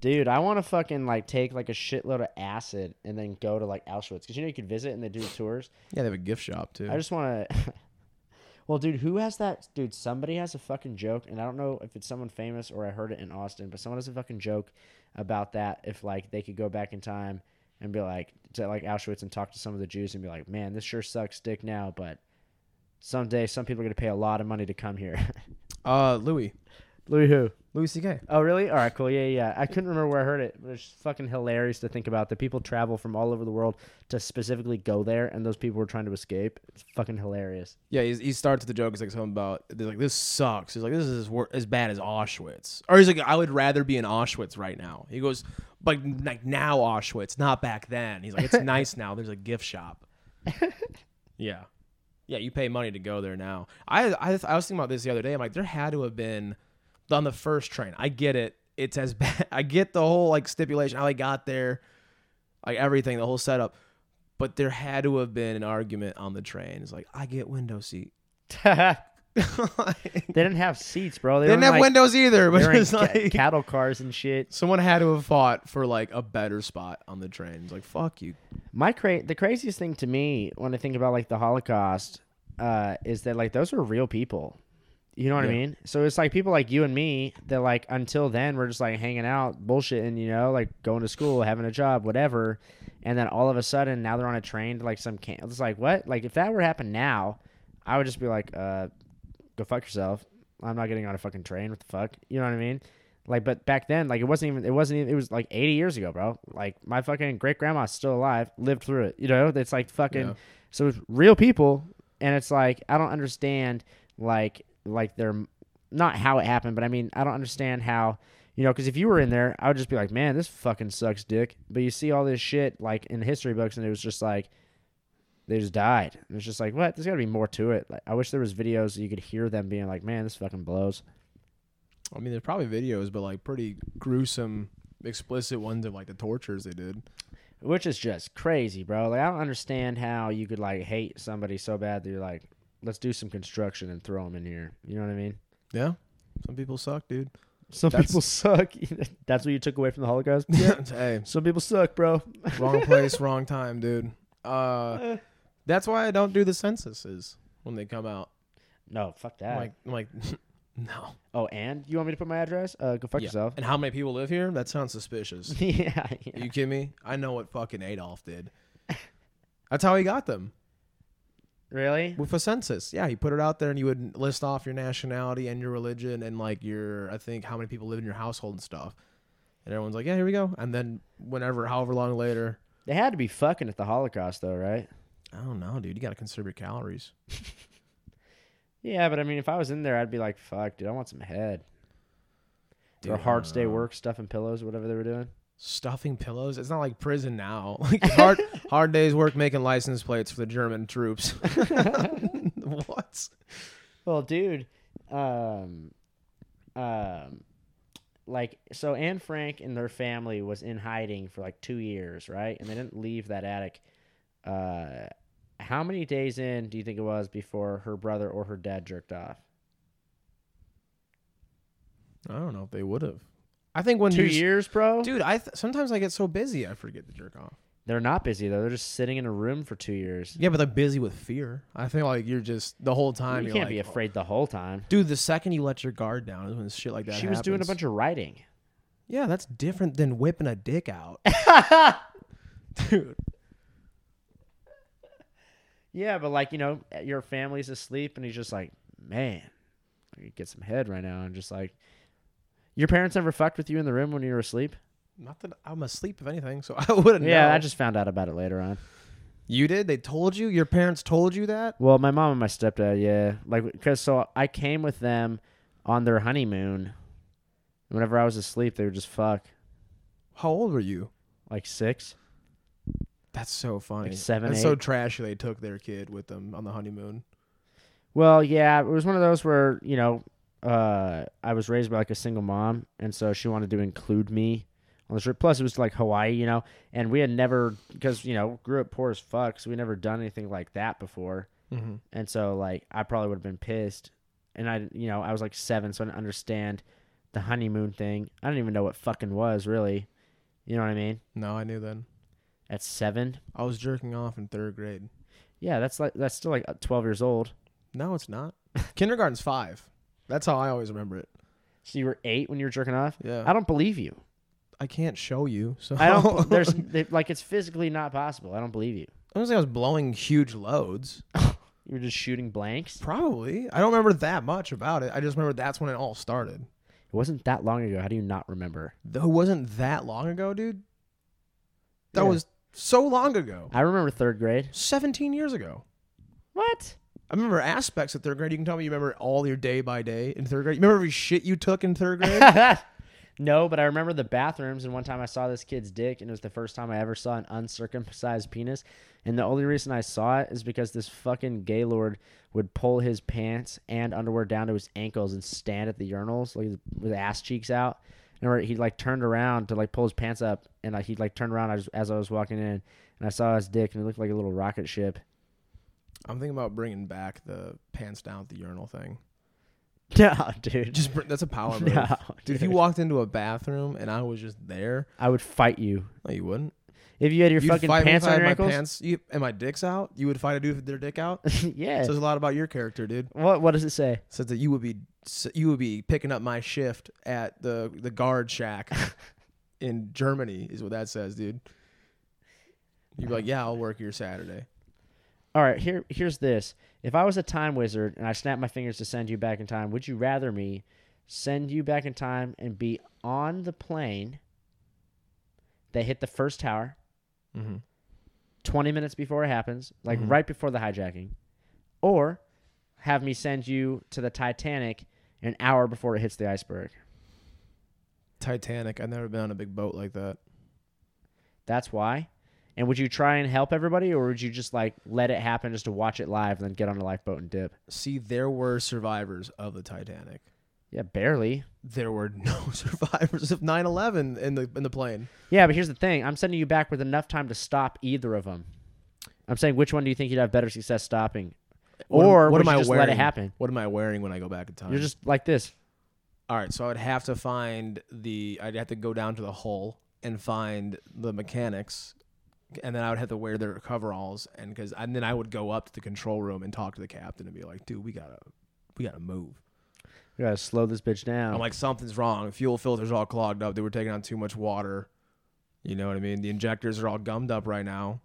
Dude, I want to fucking like take like a shitload of acid and then go to like Auschwitz because you know you could visit and they do tours.
Yeah, they have a gift shop too.
I just want to. well, dude, who has that? Dude, somebody has a fucking joke, and I don't know if it's someone famous or I heard it in Austin, but someone has a fucking joke about that. If like they could go back in time and be like to like Auschwitz and talk to some of the Jews and be like, man, this sure sucks dick now, but someday some people are gonna pay a lot of money to come here.
uh, Louis,
Louis who?
Louis C.K.
Oh, really? All right, cool. Yeah, yeah. yeah. I couldn't remember where I heard it, but it's just fucking hilarious to think about that people travel from all over the world to specifically go there, and those people were trying to escape. It's fucking hilarious.
Yeah, he's, he starts the joke. It's like something about they're like this sucks. He's like this is as, wor- as bad as Auschwitz, or he's like I would rather be in Auschwitz right now. He goes, but like now Auschwitz, not back then. He's like it's nice now. There's a gift shop. yeah, yeah, you pay money to go there now. I I, I was thinking about this the other day. I'm like there had to have been on the first train. I get it. It's as bad. I get the whole like stipulation how he got there, like everything, the whole setup. But there had to have been an argument on the train. It's like I get window seat.
they
they
didn't have seats, bro. They, were
didn't
in,
have
like,
windows either,
They
but
were in
it's
ca-
like
cattle cars and shit.
someone had to have fought for like a better spot on the train. It's like fuck you.
My cra- the craziest thing to me when I think about like the Holocaust uh, is that like those were real people. You know what I
Yeah.
mean? So it's like people like you and me that like until then we're just like hanging out, bullshitting, you know, like going to school, having a job, whatever. And then all of a sudden now they're on a train to like some camp. It's like what? Like if that were to happen now, I would just be like, uh, go fuck yourself. I'm not getting on a fucking train. What the fuck? You know what I mean? Like, but back then, like it wasn't even. It wasn't even. It was like 80 years ago, bro. Like my fucking great grandma's still alive, lived through it. You know, it's like fucking.
Yeah.
So it's real people, and it's like I don't understand, like like they're not how it happened, but I mean I don't understand how. You know, because if you were in there, I would just be like, "Man, this fucking sucks, dick." But you see all this shit like in history books, and it was just like, they just died. And it's just like, what? There's got to be more to it. Like, I wish there was videos that you could hear them being like, man, this fucking blows.
I mean, there's probably videos, but like pretty gruesome, explicit ones of like the tortures they did.
Which is just crazy, bro. Like, I don't understand how you could, like, hate somebody so bad that you're like, let's do some construction and throw them in here. You know what I mean?
Yeah, some people suck, dude.
Some
That's-
people suck. That's what you took away from the Holocaust?
hey,
Some people suck, bro.
wrong place, wrong time, dude. Uh, that's why I don't do the censuses when they come out.
No, fuck that.
I'm like, I'm like, no.
oh, and you want me to put my address? Uh, go fuck
Yeah.
yourself.
And how many people live here? That sounds suspicious.
yeah, yeah.
you kidding me? I know what fucking Adolf did. That's how he got them
Really?
with a census. Yeah, he put it out there, and you would list off your nationality and your religion and like your, I think, how many people live in your household and stuff. And everyone's like, yeah, here we go. And then whenever, however long later,
They had to be fucking at the Holocaust, though, right?
I don't know, dude. You got to conserve your calories.
Yeah, but I mean, if I was in there, I'd be like, "Fuck, dude, I want some head."
Dude, Uh-huh.
or
I
hard
don't
stay
know.
work, stuffing pillows, whatever they were doing.
stuffing pillows. It's not like prison now. Like hard hard days work making license plates for the German troops. what?
Well, dude, um, um, like so, Anne Frank and their family was in hiding for like two years, right? And they didn't leave that attic. Uh, how many days in do you think it was before her brother or her dad jerked off?
I don't know if they would have. I think when
Two
you-
years, bro.
Dude, I th- sometimes I get so busy I forget to jerk off.
They're not busy though. They're just sitting in a room for two years.
Yeah, but they're busy with fear. I feel like you're just the whole time.
you
are
can't
like, oh.
be afraid the whole time.
Dude, the second you let your guard down is when shit like that.
She was doing a
happens.
bunch of writing.
Yeah, that's different than whipping a dick out, dude.
Yeah, but like you know, your family's asleep, and he's just like, man, I could get some head right now, and just like, Your parents never fucked with you in the room when you were asleep?
Not that I'm asleep, if anything, so I wouldn't
Yeah,
know.
I just found out about it later on.
you did? They told you? Your parents told you that?
Well, my mom and my stepdad, yeah. Like, because so I came with them on their honeymoon. Whenever I was asleep, they would just fuck.
How old were you?
Like six?
That's so funny.
Like seven,
That's so
eight.
trashy they took their kid with them on the honeymoon.
Well, yeah, it was one of those where, you know, uh, I was raised by like a single mom, and so she wanted to include me on the trip. Plus, it was like Hawaii, you know, and we had never, because, you know, grew up poor as fuck, so we never done anything like that before.
Mm-hmm.
And so, like, I probably would have been pissed. And I, you know, I was like seven, so I didn't understand the honeymoon thing. I didn't even know what fucking was, really. You know what I mean?
No, I knew then.
At seven?
I was jerking off in third grade.
Yeah, that's like, that's still like 12 years old.
No, it's not. Kindergarten's five. That's how I always remember it.
So you were eight when you were jerking off?
Yeah.
I don't believe you.
I can't show you. So
I don't. There's they, like it's physically not possible. I don't believe you.
I don't think I was blowing huge loads.
You were just shooting blanks.
Probably. I don't remember that much about it. I just remember that's when it all started.
It wasn't that long ago. How do you not remember?
Though it wasn't that long ago, dude. That
Yeah.
was so long ago.
I remember third grade.
17 years ago.
What?
I remember aspects of third grade. You can tell me you remember all your day by day in third grade. You remember every shit you took in third grade?
no, but I remember the bathrooms. And one time I saw this kid's dick, and it was the first time I ever saw an uncircumcised penis. And the only reason I saw it is because this fucking gaylord would pull his pants and underwear down to his ankles and stand at the urinals like with ass cheeks out. And where he like turned around to like pull his pants up, and like, he like turned around as, as I was walking in, and I saw his dick, and it looked like a little rocket ship.
I'm thinking about bringing back the pants down at the urinal thing.
No, dude,
Just br- that's a power move.
no,
Dude, if you walked into a bathroom and I was just there,
I would fight you
no, you wouldn't.
if you had your
You'd
fucking
fight me
pants
if I
on
had
your
my
ankles.
pants you, and my dick's out. You would fight a dude with their dick out.
yeah.
Says a lot about your character, dude.
what What does it say?
Says that you would be you would be picking up my shift at the the guard shack in Germany is what that says, dude. You'd be like, yeah, I'll work your Saturday.
All right, here here's this. If I was a time wizard and I snapped my fingers to send you back in time, would you rather me send you back in time and be on the plane that hit the first tower
Mm-hmm.
20 minutes before it happens, like
Mhm.
right before the hijacking, or have me send you to the Titanic an hour before it hits the iceberg?
Titanic. I've never been on a big boat like that.
That's why. And would you try and help everybody or would you just like let it happen just to watch it live and then get on a lifeboat and dip?
See, there were survivors of the Titanic.
Yeah, barely.
There were no survivors of 9/11 in the in the plane.
Yeah, but here's the thing. I'm sending you back with enough time to stop either of them. I'm saying which one do you think you'd have better success stopping?
What am-
or
what
would
am
you
I
just let it
wearing?
happen?
What am I wearing when I go back in time?
You're just like this.
All right, so I would have to find the. I'd have to go down to the hull and find the mechanics, and then I would have to wear their coveralls, and because and then I would go up to the control room and talk to the captain and be like, "Dude, we gotta, we gotta move."
You gotta slow this bitch down.
I'm like, "Something's wrong. Fuel filters are all clogged up. They were taking on too much water. You know what I mean? The injectors are all gummed up right now."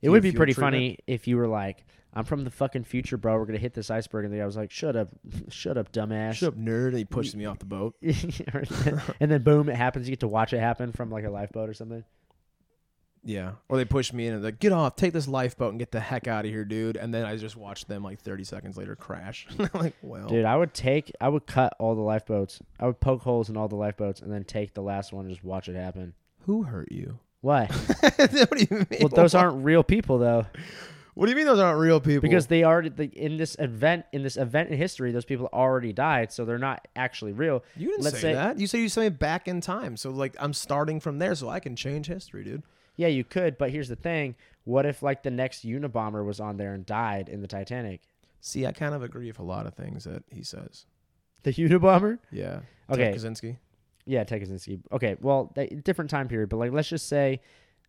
it would be
fuel
pretty
treatment.
funny if you were like, I'm from the fucking future, bro. We're gonna hit this iceberg and the guy was like, Shut up, shut up, dumbass.
Shut up, nerd! And he pushes me off the boat.
and then boom, it happens. You get to watch it happen from like a lifeboat or something.
Yeah, or they pushed me in and like, "Get off! Take this lifeboat and get the heck out of here, dude!" And then I just watched them like 30 seconds later crash. I'm like, well.
Dude, I would take I would cut all the lifeboats. I would poke holes in all the lifeboats and then take the last one and just watch it happen.
Who hurt you?
What?
what do you mean?
well, those aren't real people though.
What do you mean those aren't real people?
because they already the, in this event in this event in history those people already died so they're not actually real
you didn't
let's
say,
say-
that. You said you sent me back in time. So like, I'm starting from there, so I can change history, dude.
yeah you could but here's the thing what if like the next unibomber was on there and died in the titanic
See, I kind of agree with a lot of things that he says.
the unibomber
Yeah.
Okay.
Ted Kaczynski.
yeah Tekesinski. okay well that, different time period but like let's just say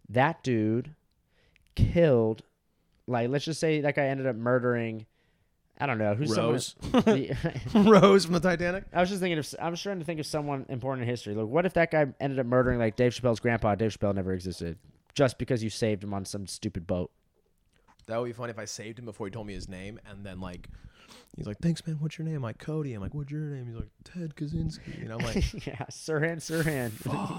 that dude killed like let's just say that guy ended up murdering i don't know who's someone-
Rose.
The-
Rose from the Titanic.
I was just thinking of. I was trying to think of someone important in history. Like, what if that guy ended up murdering like Dave Chappelle's grandpa? Dave Chappelle never existed just because you saved him on some stupid boat.
That would be funny if I saved him before he told me his name, and then like, he's like, "Thanks, man. What's your name?" I'm like, "Cody." I'm like, "What's your name?" He's like, "Ted Kaczynski." And I'm like,
yeah, Sirhan, Sirhan.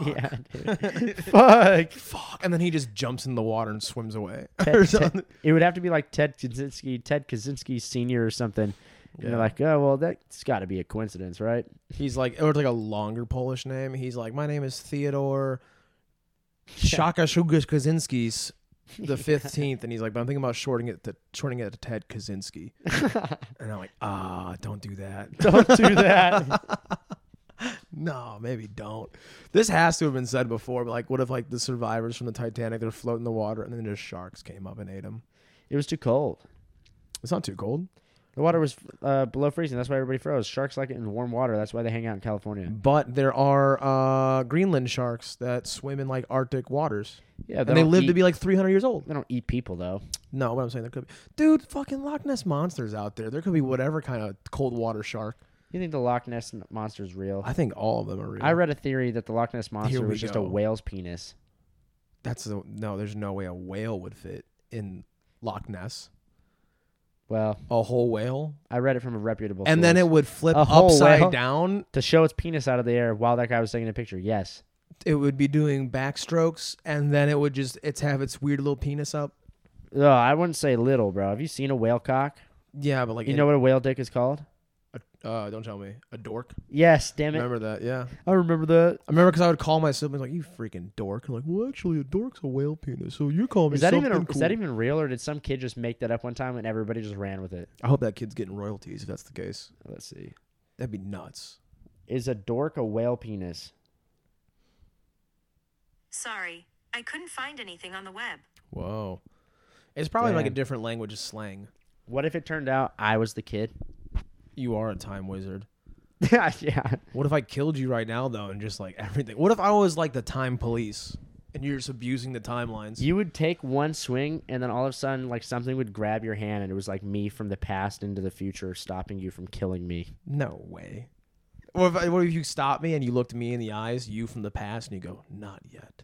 yeah, dude. fuck.
"Fuck!" And then he just jumps in the water and swims away or
Ted,
something.
Ted, it would have to be like Ted Kaczynski, Ted Kaczynski Senior or something. And
Yeah.
You're like, oh well, that's got to be a coincidence, right?
He's like, or it's like a longer Polish name. He's like, "My name is Theodore Shaka Shugas Kaczynski's." The fifteenth, and he's like, but I'm thinking about shorting it to shorting it to Ted Kaczynski, and I'm like, ah, don't do that.
Don't do that.
No, maybe don't. This has to have been said before, but like, what if like the survivors from the Titanic they're floating in the water and then just sharks came up and ate them?
it was too cold.
It's not too cold.
The water was uh, below freezing. That's why everybody froze. Sharks like it in warm water. That's why they hang out in California.
But there are uh, Greenland sharks that swim in like Arctic waters,
Yeah,
and they
don't
live to
eat-
be like 300 years old.
They don't eat people though.
No, what I'm saying there could be, dude, fucking Loch Ness monsters out there. There could be whatever kind of cold water shark.
You think the Loch Ness monster is real?
I think all of them are real.
I read a theory that the Loch Ness monster
we
was just
go.
a whale's penis.
That's the no. There's no way a whale would fit in Loch Ness.
Well,
A whole whale,
I read it from a reputable.
and then it
source.
would flip
A whole
upside
whale?
down
to show its penis out of the air while that guy was taking a picture. Yes,
it would be doing backstrokes and then it would just it's have its weird little penis up.
Ugh, I wouldn't say little, bro. Have you seen a whale cock?
Yeah, but like
You know what a whale dick is called?
uh, don't tell me a dork.
Yes, damn it.
Remember that? Yeah,
I remember that.
I remember because I would call my siblings like you freaking dork. I'm like, well, actually, a dork's a whale penis, so you call me
Is that even a,
something
is that
cool."
even real, or did some kid just make that up one time and everybody just ran with it?
I hope that kid's getting royalties if that's the case.
Let's see.
That'd be nuts.
Is a dork a whale penis?
Sorry, I couldn't find anything on the web.
Whoa, it's probably like a
Damn.
different language of slang.
What if it turned out I was the kid?
You are a time wizard.
yeah, yeah.
What if I killed you right now though, and just like everything? What if I was like the time police, and you're just abusing the timelines?
You would take one swing, and then all of a sudden, like something would grab your hand, and it was like me from the past into the future, stopping you from killing me.
No way. What if, what if you stopped me and you looked me in the eyes, you from the past, and you go, not yet.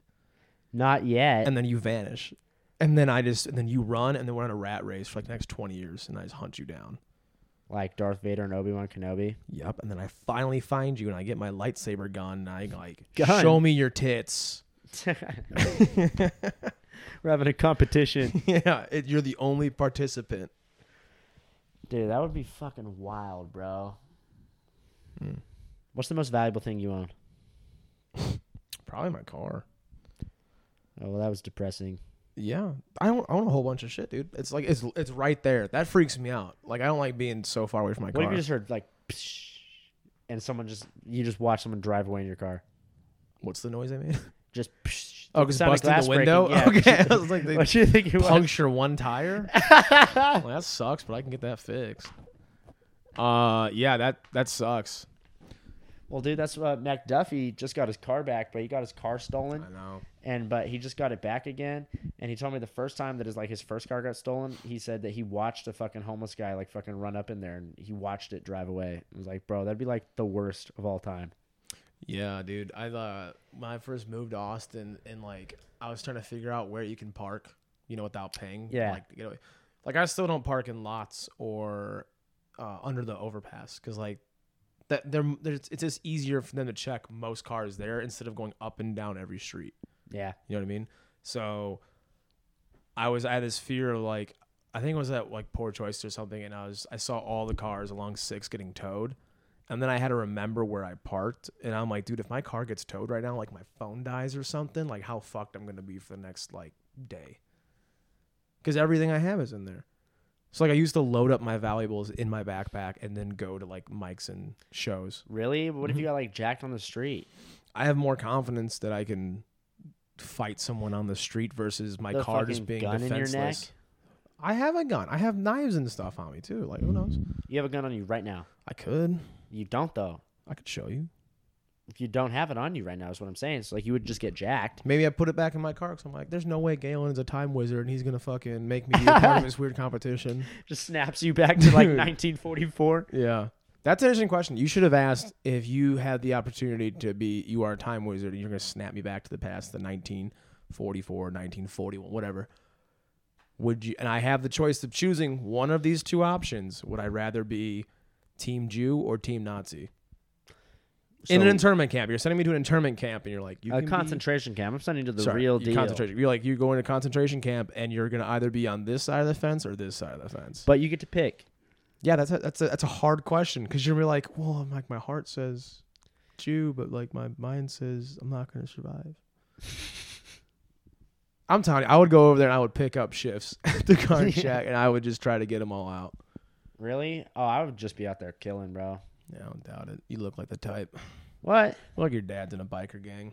Not yet.
And then you vanish. And then I just, and then you run, and then we're on a rat race for like the next 20 years, and I just hunt you down.
like Darth Vader and Obi Wan Kenobi.
Yep. And then I finally find you, and I get my lightsaber gun, and I like,
Gun.
show me your tits.
We're having a competition,
yeah. It, you're the only participant.
dude. That would be fucking wild, bro.
Hmm.
What's the most valuable thing you own?
Probably my car.
Oh, well, that was depressing.
Yeah, I don't. I own a whole bunch of shit, dude. It's like it's it's right there. That freaks me out. Like I don't like being so far away from my
What if
car.
you just heard like, psh, and someone just you just watch someone drive away in your car?
What's the noise I made?
Just psh,
Oh, 'cause
sound of
busting the
glass breaking.
window?
Yeah.
Okay, I was like, they
what do you think it was?
puncture one tire. well, that sucks, but I can get that fixed. Uh, yeah, that that sucks.
Well, dude, that's what McDuffie just got his car back, but he got his car stolen,
I know.
and but he just got it back again. And he told me the first time that his like his first car got stolen, he said that he watched a fucking homeless guy like fucking run up in there, and he watched it drive away. It was like, bro, that'd be like the worst of all time.
Yeah, dude. I uh, when I first moved to Austin, and like I was trying to figure out where you can park, you know, without paying.
Yeah.
Like, you know, like I still don't park in lots or uh, under the overpass because like that they're, they're it's just easier for them to check most cars there instead of going up and down every street.
Yeah,
You know what I mean? So I was I had this fear of like I think it was at like Poor Choice or something, and I was I saw all the cars along six getting towed. And then I had to remember where I parked, and I'm like, dude, if my car gets towed right now, like my phone dies or something, like how fucked I'm gonna be for the next like day. Because everything I have is in there. So like I used to load up my valuables in my backpack and then go to like mics and shows.
really? What if you got like jacked on the street?
I have more confidence that I can fight someone on the street versus my
The
car just
fucking
being
gun in your
defenseless. I have a gun. I have knives and stuff on me too. Like who knows?
You have a gun on you right now.
I could.
You don't though.
I could show you.
If you don't have it on you right now, is what I'm saying. So like, you would just get jacked.
Maybe I put it back in my car because I'm like, there's no way Galen is a time wizard and he's gonna fucking make me be a part of this weird competition.
Just snaps you back to like
Dude.
1944.
Yeah. That's an interesting question. You should have asked if you had the opportunity to be, you are a time wizard and you're going to snap me back to the past, the 1944, 1941, whatever. Would you? And I have the choice of choosing one of these two options. Would I rather be Team Jew or Team Nazi? in an
So-
internment camp, you're sending me to an internment camp, and you're like, you
a
can be-
concentration camp. I'm sending you to the
sorry,
real
you
deal.
Concentration. You're like, you go into concentration camp, and you're gonna either be on this side of the fence or this side of the fence.
But you get to pick.
Yeah, that's a, that's a, that's a hard question because you're gonna be like, well, I'm like my heart says Jew, but like my mind says I'm not gonna survive. I'm telling you, I would go over there and I would pick up shifts at the gun
Yeah.
shack and I would just try to get them all out.
Really? Oh, I would just be out there killing, bro.
Yeah, I don't doubt it. You look like the type.
What?
Look like your dad's in a biker gang.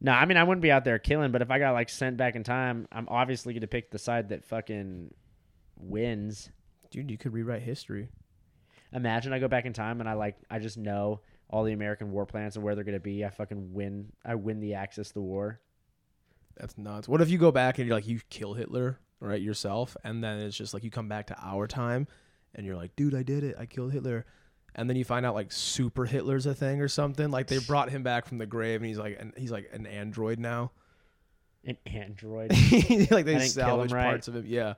no, I mean I wouldn't be out there killing, but if I got like sent back in time, I'm obviously going to pick the side that fucking wins.
Dude, you could rewrite history.
Imagine I go back in time and I like I just know all the American war plans and where they're going to be. I fucking win. I win the Axis the war.
That's nuts. What if you go back and you're like you kill Hitler, right, yourself, and then it's just like you come back to our time and you're like, dude, I did it. I killed Hitler. And then you find out like super Hitler's a thing or something. Like they brought him back from the grave and he's like and he's like an android now.
An android.
like
I
they
didn't kill
salvaged
him right.
parts of him. Yeah.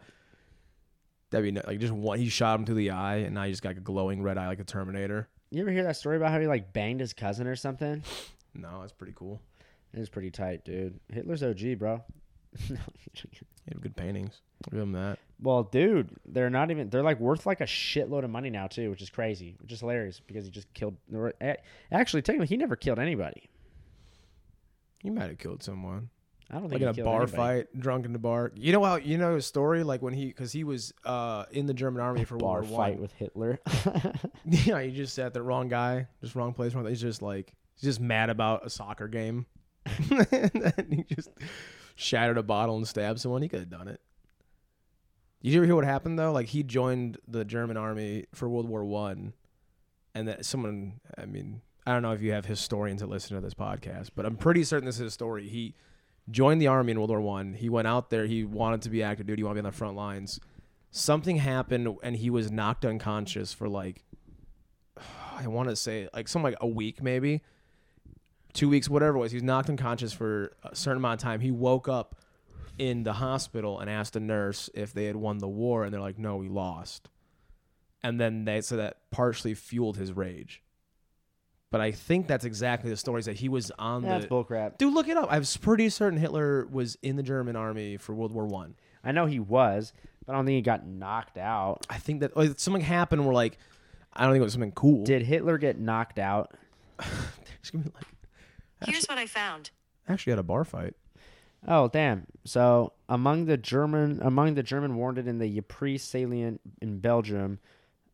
That'd be nu- like just one he shot him through the eye and now he just got a glowing red eye like a Terminator.
you ever hear that story about how he like banged his cousin or something?
No, that's pretty cool.
It was pretty tight, dude. Hitler's OG, bro.
He had good paintings. Give him that.
well, dude, they're not even. They're like worth like a shitload of money now too, which is crazy, which is hilarious because he just killed. or, a- Actually, technically, he never killed anybody.
He might have killed someone.
I don't think
like
he
in a
killed
bar
anybody.
fight, drunk in the bar. You know how you know his story, like when he because he was uh in the German army for
Bar
World War
fight
One.
with Hitler.
yeah, he just sat the wrong guy, just wrong place, wrong. He's just like he's just mad about a soccer game, and then he just shattered a bottle and stabbed someone. He could have done it. Did you ever hear what happened though? Like he joined the German army for World War One, and that someone. I mean, I don't know if you have historians that listen to this podcast, but I'm pretty certain this is a story. He joined the army in World War One. He went out there. He wanted to be active duty. He wanted to be on the front lines. Something happened, and he was knocked unconscious for like I want to say like some like a week maybe, two weeks, whatever it was. He was knocked unconscious for a certain amount of time. He woke up in the hospital and asked the nurse if they had won the war, and they're like, "No, we lost." And then they so that partially fueled his rage. But I think that's exactly the story is that he was on
That's
the.
bullcrap.
Dude, look it up. I was pretty certain Hitler was in the German army for World War One.
I know he was, but I don't think he got knocked out.
I think that like, something happened where like I don't think it was something cool.
Did Hitler get knocked out?
Just gonna be like
Here's what I found.
actually had a bar fight.
Oh damn! So among the German among the German wounded in the Ypres salient in Belgium,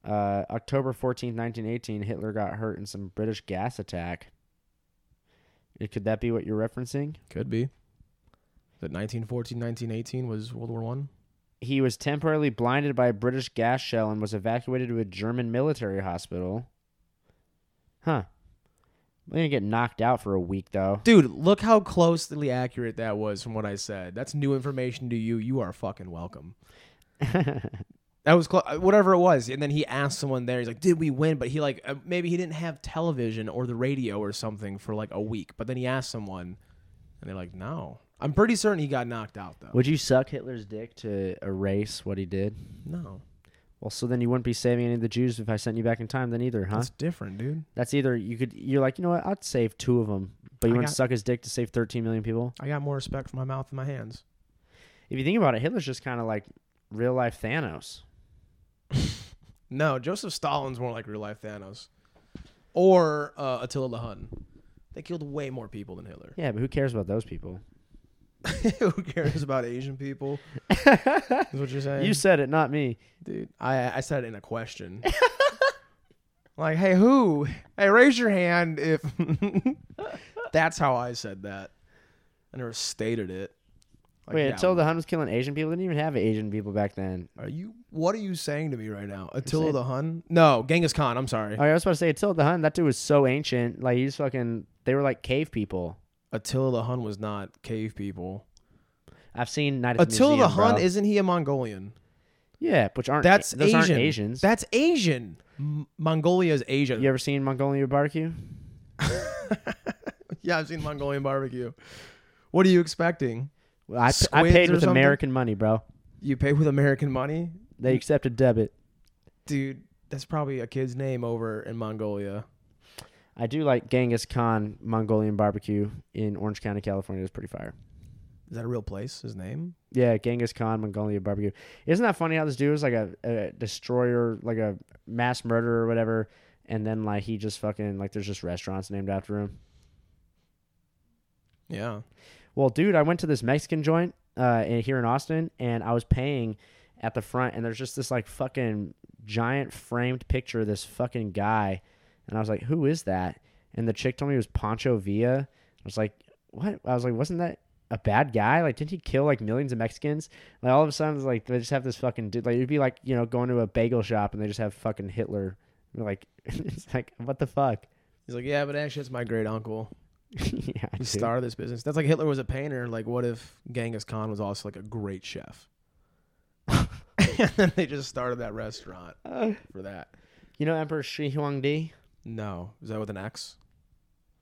uh, October fourteenth, nineteen eighteen, Hitler got hurt in some British gas attack. Uh, Could that be what you're referencing?
Could be. That 1914, 1918 was World War One.
He was temporarily blinded by a British gas shell and was evacuated to a German military hospital. Huh. I'm gonna get knocked out for a week though.
Dude, look how closely accurate that was from what I said. That's new information to you. You are fucking welcome. That was clo- whatever it was. And then he asked someone there. He's like, "Did we win?" But he like uh, maybe he didn't have television or the radio or something for like a week. But then he asked someone, and they're like, "No." I'm pretty certain he got knocked out though.
Would you suck Hitler's dick to erase what he did?
No,
Well, so then you wouldn't be saving any of the Jews if I sent you back in time, then either, huh?
that's
That's,
different, dude.
either you could. You're like, you know what? I'd save two of them, but you
I
wouldn't
got-
suck his dick to save 13 million people.
I got more respect for my mouth and my hands.
If you think about it, Hitler's just kind of like real life Thanos.
No, Joseph Stalin's more like real life Thanos, or uh, Attila the Hun. They killed way more people than Hitler.
Yeah, but who cares about those people?
Who cares about Asian people? Is what you're saying?
You said it, not me.
Dude, I I said it in a question. like, hey, who? Hey, raise your hand if that's how I said that. I never stated it. Like,
Wait,
yeah,
until the Hun was killing Asian people, didn't even have Asian people back then.
Are you? What are you saying to me right now? Attila
saying-
the Hun? No, Genghis Khan. I'm sorry.
Oh, I was about to say, until the Hun, that dude was so ancient. Like he's fucking. They were like cave people.
Attila the Hun was not cave people.
I've seen Night at the
Attila the
Museum,
Hun
bro.
isn't he a Mongolian?
yeah, which aren't
That's
those aren't
Asian.
Asians.
That's Asian. M- Mongolia is Asian.
you ever seen Mongolian barbecue?
yeah, I've seen Mongolian barbecue. What are you expecting?
I, I
Squids
paid
or
with
something?
American money, bro.
You pay with American money,
They accepted debit.
dude. That's probably a kid's name over in Mongolia.
I do like Genghis Khan Mongolian barbecue in Orange County, California. It's pretty fire.
Is that a real place? His name?
Yeah, Genghis Khan Mongolian barbecue. Isn't that funny how this dude was like a, a destroyer, like a mass murderer or whatever, and then like he just fucking like there's just restaurants named after him.
Yeah.
Well, dude, I went to this Mexican joint uh, in, here in Austin, and I was paying at the front, and there's just this like fucking giant framed picture of this fucking guy, and I was like, "Who is that?" And the chick told me it was Pancho Villa. I was like, "What?" I was like, "Wasn't that a bad guy? Like, didn't he kill like millions of Mexicans?" Like all of a sudden, it's like they just have this fucking dude. Like it'd be like you know going to a bagel shop and they just have fucking Hitler. You're like it's like what the fuck?
He's like, yeah, but actually, it's my great uncle.
yeah,
He
dude.
started this business. That's like Hitler was a painter. Like, what if Genghis Khan was also like a great chef? and then they just started that restaurant
Uh,
for that.
you know Emperor Shi Huangdi.
No, is that with an X?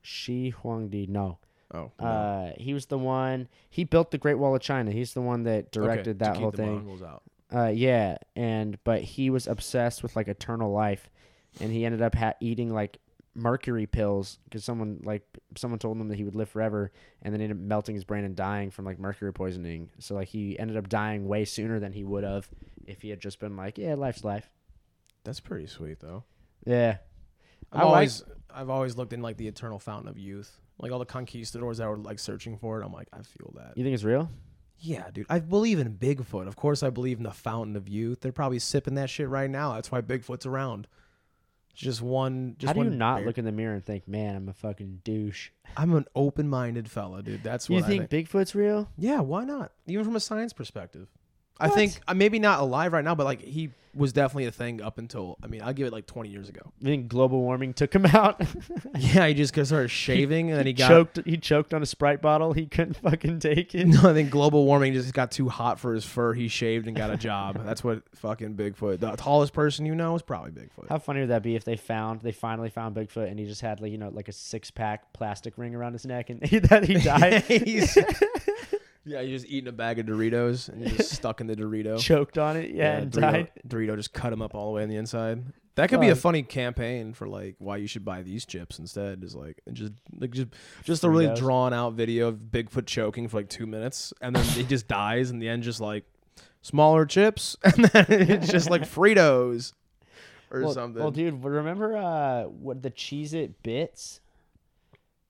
Shi Huangdi. No.
Oh, no.
Uh, he was the one. He built the Great Wall of China. He's the one that
Okay,
directed
to
that
keep
whole
the
thing.
Mongols out.
Uh, yeah, and but he was obsessed with like eternal life, and he ended up ha- eating like mercury pills because someone like someone told him that he would live forever, and then ended up melting his brain and dying from like mercury poisoning. So like he ended up dying way sooner than he would have if he had just been like, yeah, life's life.
That's pretty sweet though.
Yeah,
I've
I like-
always I've always looked in like the eternal fountain of youth. Like all the conquistadors that were like searching for it. I'm like, I feel that.
you think it's real?
Yeah, dude. I believe in Bigfoot. Of course I believe in the fountain of youth. They're probably sipping that shit right now. That's why Bigfoot's around. It's Just one just
How do you
one
not
bear-
look in the mirror and think, man, I'm a fucking douche?
I'm an open minded fella, dude. That's what
You
I
think Bigfoot's real?
Yeah, why not? Even from a science perspective. I
What?
think uh, maybe not alive right now, but like he was definitely a thing up until I mean, I'll give it like twenty years ago.
You think global warming took him out?
Yeah, he just started shaving and then he got
choked. He choked on a Sprite bottle. He couldn't fucking take it.
No, I think global warming just got too hot for his fur. He shaved and got a job. That's what fucking Bigfoot. The tallest person you know is probably Bigfoot.
How funny would that be if they found they finally found Bigfoot and he just had like you know like a six pack plastic ring around his neck and that he died
He's- yeah, you're just eating a bag of Doritos and you're just stuck in the Dorito.
choked on it yeah, and
Dorito,
died.
Dorito just cut him up all the way on the inside. That could be a
Fuck.
funny campaign for like why you should buy these chips instead. Is like and just like just just a really
Doritos.
drawn out video of Bigfoot choking for like two minutes and then he just dies in the end. Just like smaller chips and then it's just like Fritos or
Well,
something.
well, dude, remember uh, what the Cheez It bits?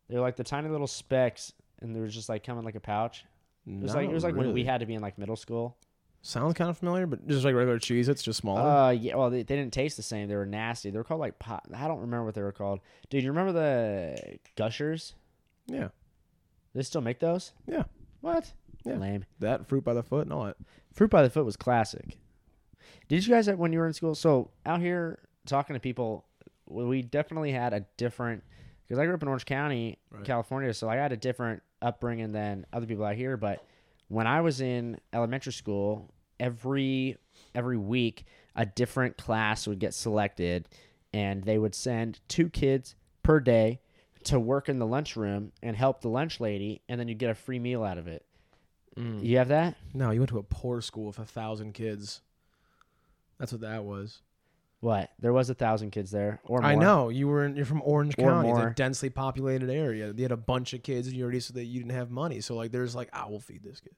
They're like the tiny little specks, and they were just like coming like a pouch. It was like it was like when we had to be in like middle school.
sounds kind of familiar, but just like regular cheese, it's just smaller.
Uh, yeah. Well, they, they didn't taste the same. They were nasty. They were called like pot. I don't remember what they were called. Dude, you remember the Gushers?
yeah,
They still make those?
yeah,
What?
Yeah.
Lame.
that fruit by the foot and all that.
Fruit by the Foot was classic. Did you guys have when you were in school? So out here talking to people, we- we definitely had a different because I grew up in Orange County,
Right.
California, so I had a different upbringing than other people out here. But when I was in elementary school, every every week a different class would get selected, and they would send two kids per day to work in the lunchroom and help the lunch lady, and then you get a free meal out of it. You have that?
No, you went to a poor school with a thousand kids. That's what that was.
What? There was a thousand kids there, or more.
I know you were. In, you're from Orange
Or
County.
more.
It's a densely populated area. You had a bunch of kids, and you already said that you didn't have money. So like, there's like, I will feed this kid.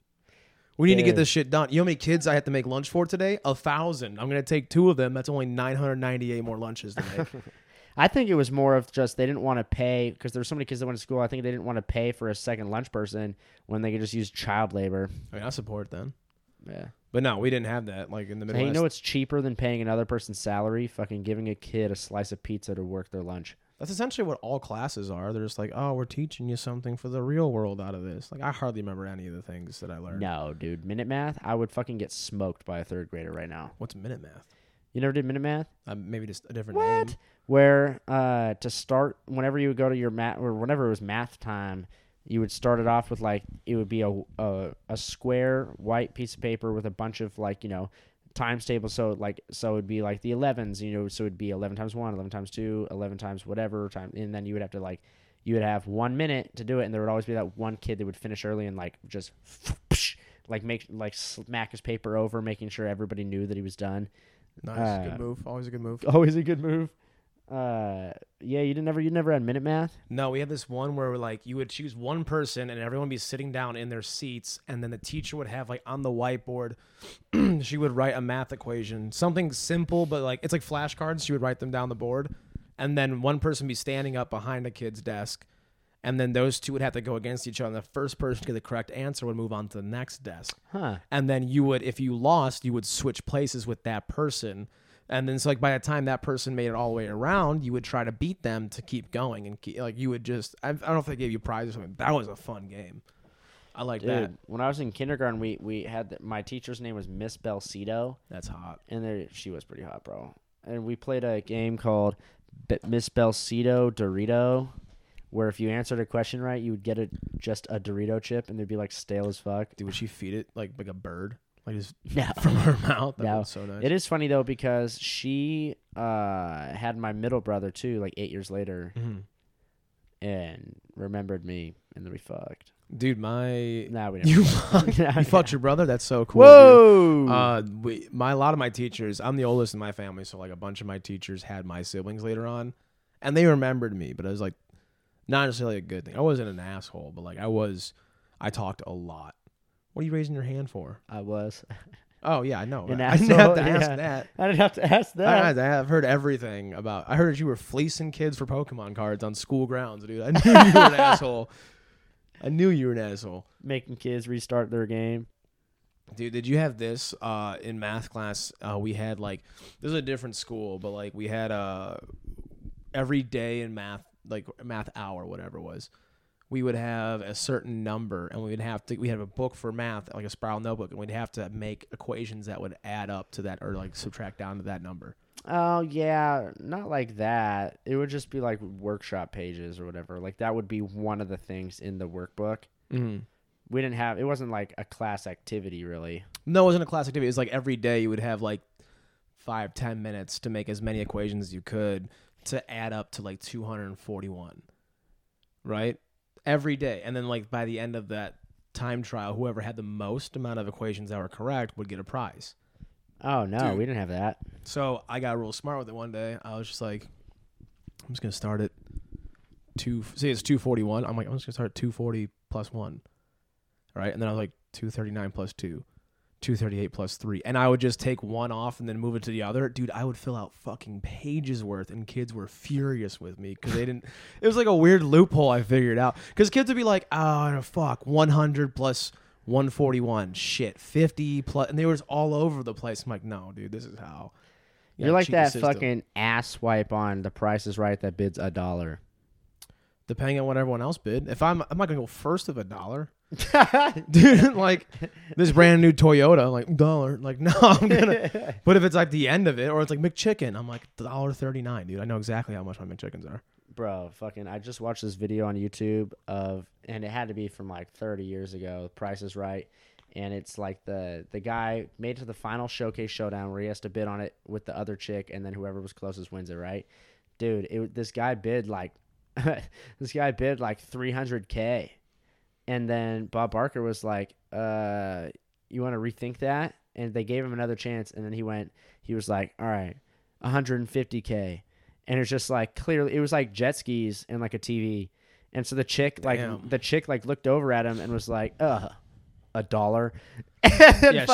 We need to get
Dude.
this shit done. You know how many kids I have to make lunch for today? A thousand. I'm gonna take two of them. That's only 998 more lunches today.
I think it was more of just they didn't want to pay because there were so many kids that went to school. I think they didn't want to pay for a second lunch person when they could just use child labor.
I mean, I support them.
Yeah,
But no, we didn't have that. Like in the
hey,
Midwest,
you know it's cheaper than paying another person's salary. Fucking giving a kid a slice of pizza to work their lunch.
that's essentially what all classes are. They're just like, oh, we're teaching you something for the real world out of this. Like I hardly remember any of the things that I learned.
No, dude, minute math. I would fucking get smoked by a third grader right now.
What's minute math?
You never did minute math?
Uh, maybe just a different name.
Where uh, to start whenever you would go to your math or whenever it was math time, you would start it off with like it would be a a, a square white piece of paper with a bunch of like you know times tables. So like so it'd be like the elevens, you know. So it'd be eleven times one, eleven times two, eleven times whatever time, and then you would have to like you would have one minute to do it, and there would always be that one kid that would finish early and like just like make like smack his paper over, making sure everybody knew that he was done.
Nice,
Uh,
good move. Always a good move.
Always a good move. Uh, yeah, you didn't ever you never had minute math.
No, we had this one where like you would choose one person and everyone would be sitting down in their seats, and then the teacher would have like on the whiteboard, she would write a math equation, something simple but like it's like flashcards. She would write them down the board, and then one person be standing up behind a kid's desk, and then those two would have to go against each other. And the first person to get the correct answer would move on to the next desk
Huh.
and then you would if you lost you would switch places with that person and then so like by the time that person made it all the way around you would try to beat them to keep going and keep, like you would just I, I don't know if they gave you prize or something that was a fun game i like
Dude,
that
when I was in kindergarten, we we had the, my teacher's name was Miss Belcito,
that's hot
and there she was pretty hot, bro. And we played a game called B- Miss Belcito Dorito, where if you answered a question right, you would get a just a Dorito chip, and they'd be like stale as fuck.
dude would she feed it like like a bird like just
No.
from her mouth that
No.
was so nice
It is funny though because she uh, had my middle brother too, like eight years later,
Mhm.
and remembered me, and then we fucked.
dude my
Nah, we
you,
didn't.
fucked-
Yeah.
you fucked your brother that's so cool dude.
Whoa!
Uh, we, my a lot of my teachers. I'm the oldest in my family, so like a bunch of my teachers had my siblings later on, and they remembered me. But I was like, not necessarily a good thing. I wasn't an asshole, but like I was, I talked a lot. What are you raising your hand for?
I was.
Oh yeah, I know.
An
I didn't have to
asshole,
ask
yeah.
that.
I didn't have to ask
I
that.
had- I have heard everything about. I heard you were fleecing kids for Pokemon cards on school grounds, dude. I knew you were an asshole. I knew you were an asshole.
Making kids restart their game.
Dude, did you have this uh, in math class? Uh, we had like this is a different school, but like we had uh, every day in math, like math hour, whatever it was. We would have a certain number, and we would have to. We had a book for math, like a spiral notebook, and we'd have to make equations that would add up to that, or like subtract down to that number.
Oh yeah, not like that. It would just be like workshop pages or whatever. Like that would be one of the things in the workbook.
Mm-hmm.
We didn't have. It wasn't like a class activity really.
No, it wasn't a class activity. It was like every day you would have like five, ten minutes to make as many equations as you could to add up to like 241. Right? Every day. And then like by the end of that time trial, whoever had the most amount of equations that were correct would get a prize.
Oh no,
Dude.
we didn't have that.
So I got real smart with it one day. I was just like, I'm just gonna start at two. See, it's two forty one. I'm like, I'm just gonna start two forty plus one, right? And then I was like, two thirty nine plus two, two thirty eight plus three, and I would just take one off and then move it to the other. Dude, I would fill out fucking pages worth, and kids were furious with me because they didn't. it was like a weird loophole I figured out because kids would be like, oh fuck, one hundred plus. 141 shit 50 plus and they was all over the place i'm like no dude this is how you
You're
gotta
like
cheat the
that
system.
fucking ass swipe on The Price is Right that bids a dollar.
depending on what everyone else bid. If I'm, I'm not gonna go first of a dollar, dude. Like this brand new Toyota, like dollar. Like no, I'm gonna. but if it's like the end of it, or it's like McChicken, I'm like dollar thirty nine, dude. I know exactly how much my McChickens are.
Bro, fucking, I just watched this video on YouTube of, and it had to be from like 30 years ago. Price is Right, and it's like the the guy made it to the final showcase showdown where he has to bid on it with the other chick, and then whoever was closest wins it. Right, dude, it, this guy bid like, this guy bid like 300k, and then Bob Barker was like, uh, you want to rethink that? And they gave him another chance, and then he went, he was like, all right, 150k and it's just like clearly it was like jet skis and like a TV. And so the chick like
Damn.
the chick like looked over at him and was like, "Uh, a dollar."
she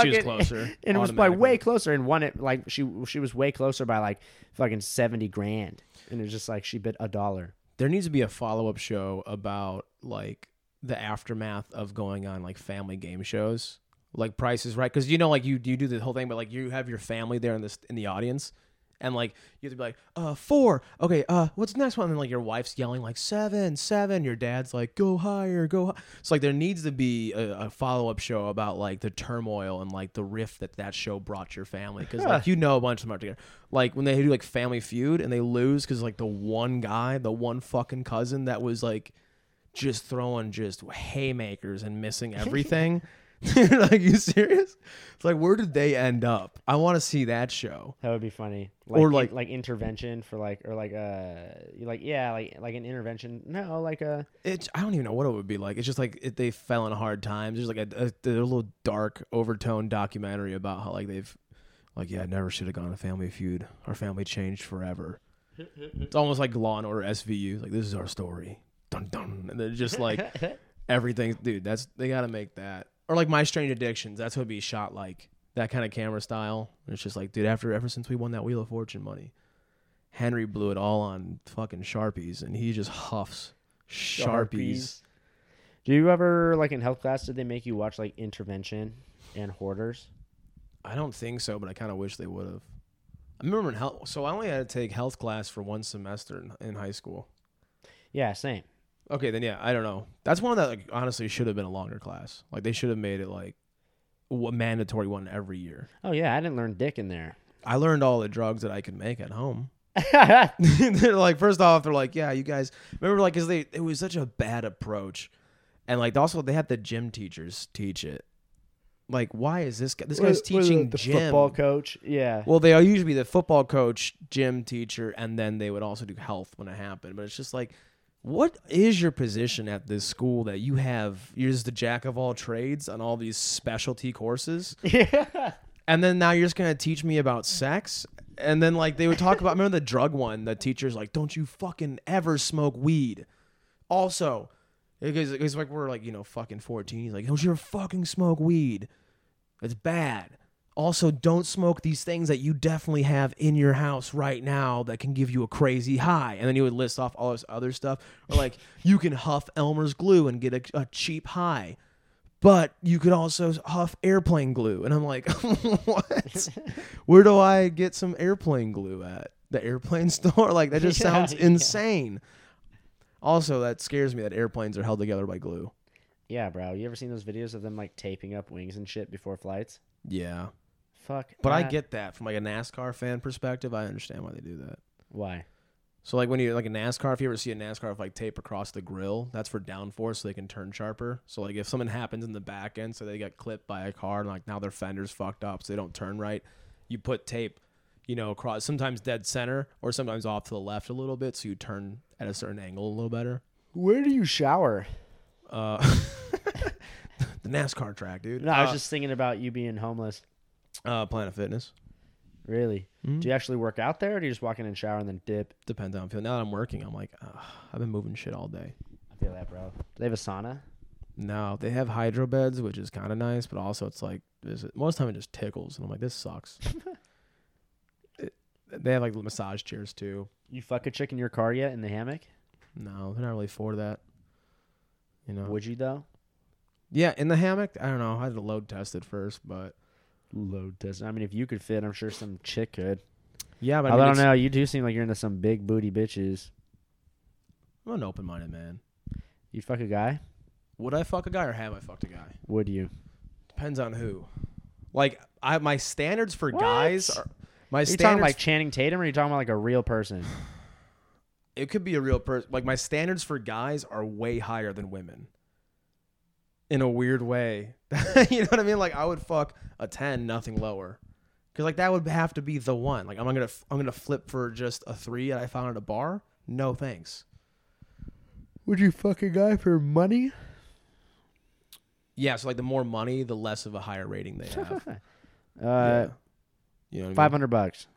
was closer,
And was by way
automatically.
closer and won it like she she was way closer by like fucking 70 grand. And it was just like she bid a dollar.
There needs to be a follow up show about like the aftermath of going on like family game shows. Like Price is Right, because you know, like you you do the whole thing, but like you have your family there in this in the audience, and like you have to be like, uh, four, okay, uh, what's the next one? And like your wife's yelling like seven, seven. Your dad's like, go higher, go. High. So like there needs to be a, a follow up show about like the turmoil and like the rift that that show brought your family because like you know a bunch of them are together. Like when they do like Family Feud and they lose because like the one guy, the one fucking cousin that was like just throwing just haymakers and missing everything. You're like, you serious? It's like, where did they end up? I want to see that show.
That would be funny. Like,
Or,
in-
like-
like intervention for like or like uh you like yeah like like an intervention no like uh, a
It, I don't even know what it would be like. It's just like it, they fell in hard times. There's like a, a, there's a little dark overtone documentary about how like they've, like yeah, I never should have gone to Family Feud. Our family changed forever. it's almost like Law and Order SVU. Like this is our story. Dun dun. And they're just like everything, dude. That's they got to make that or like My Strange Addictions. That's what it'd be shot like that kind of camera style. And it's just like, dude, after ever since we won that Wheel of Fortune money, Henry blew it all on fucking sharpies, and he just huffs. sharpies.
Do you ever like in health class did they make you watch like intervention and hoarders?
I don't think so, but I kind of wish they would have. I remember in health, so I only had to take health class for one semester in, in high school.
Yeah, same.
Okay, then yeah, I don't know. That's one that like honestly should have been a longer class. Like they should have made it like a mandatory one every year.
Oh yeah, I didn't learn dick in there.
I learned all the drugs that I could make at home. they're like, first off, they're like, yeah, you guys remember like, cause they it was such a bad approach, and like also they had the gym teachers teach it. Like, why is this guy? This guy's teaching
the
gym.
football coach. Yeah.
Well, they usually be the football coach, gym teacher, and then they would also do health when it happened. But it's just like, what is your position at this school that you have? You're just the jack of all trades on all these specialty courses,
yeah.
and then now you're just gonna teach me about sex. And then like they would talk about remember the drug one. The teacher's like, "Don't you fucking ever smoke weed." Also, because it's like we're like you know fucking fourteen. He's like, "Don't you ever fucking smoke weed." It's bad. Also, don't smoke these things that you definitely have in your house right now that can give you a crazy high. And then he would list off all this other stuff. Or, like, you can huff Elmer's glue and get a, a cheap high, but you could also huff airplane glue. And I'm like, what? Where do I get some airplane glue at? The airplane store? Like, that just
Yeah,
sounds
yeah.
insane. Also, that scares me that airplanes are held together by glue.
Yeah, bro. You ever seen those videos of them like taping up wings and shit before flights?
Yeah.
Fuck.
But I
that.
get that from like a NASCAR fan perspective. I understand why they do that.
why.
So like when you like a NASCAR, if you ever see a NASCAR with like tape across the grill, that's for downforce so they can turn sharper. So like if something happens in the back end, so they got clipped by a car and like now their fender's fucked up, so they don't turn right, you put tape, you know, across sometimes dead center or sometimes off to the left a little bit, so you turn at a certain angle a little better.
Where do you shower?
Uh, the NASCAR track, dude.
No, I was
Uh,
just thinking about you being homeless.
uh, Planet Fitness.
Really?
Mm-hmm.
Do you actually work out there, or do you just walk in and shower and then dip?
Depends on feel. Now that I'm working, I'm like, uh, I've been moving shit all day.
I feel that, bro. Do they have a sauna?
No, they have hydro beds, which is kind of nice, but also it's like this, most of the time it just tickles, and I'm like, this sucks. It- they have like massage chairs too.
You fuck a chick in your car yet in the hammock?
No, they're not really for that. You know.
Would you though?
yeah, in the hammock, I don't know. I had to load test it first, but
Load doesn't. I mean, if you could fit, I'm sure some chick could.
yeah, but
I,
I, mean,
don't
it's-
know. You do seem like you're into some big booty bitches.
I'm an open-minded man.
You fuck a guy?
Would I fuck a guy or have I fucked a guy?
Would you?
Depends on who. Like I, my standards for guys
What?
are my
Are you
standards.
talking like Channing Tatum, or are you talking about like a real person?
it could be a real person. Like my standards for guys are way higher than women. In a weird way, you know what I mean? Like I would fuck a ten, nothing lower, because like that would have to be the one. Like am I gonna I'm gonna flip for just a three that I found at a bar? No thanks.
Would you fuck a guy for money?
Yeah, so like the more money, the less of a higher rating they have.
uh,
yeah. You know what
five hundred bucks.
I mean?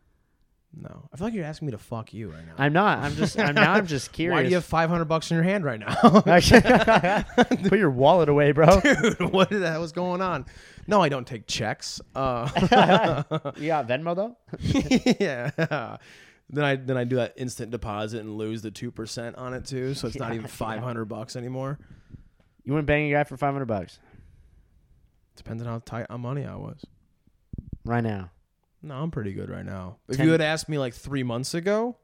No, I feel like you're asking me to fuck you right now.
I'm not. I'm just. I'm now. I'm just curious.
Why do you have five hundred bucks in your hand right now?
Put your wallet away, bro.
Dude, what the hell is going on? No, I don't take checks. Uh,
You got Venmo though.
yeah. Then I then I do that instant deposit and lose the two percent on it too, so it's not even five hundred bucks anymore.
You wouldn't bang a guy for five hundred bucks
Depends on how tight on money I was.
right now.
No, I'm pretty good right now. If
Ten-
you had asked me like three months ago,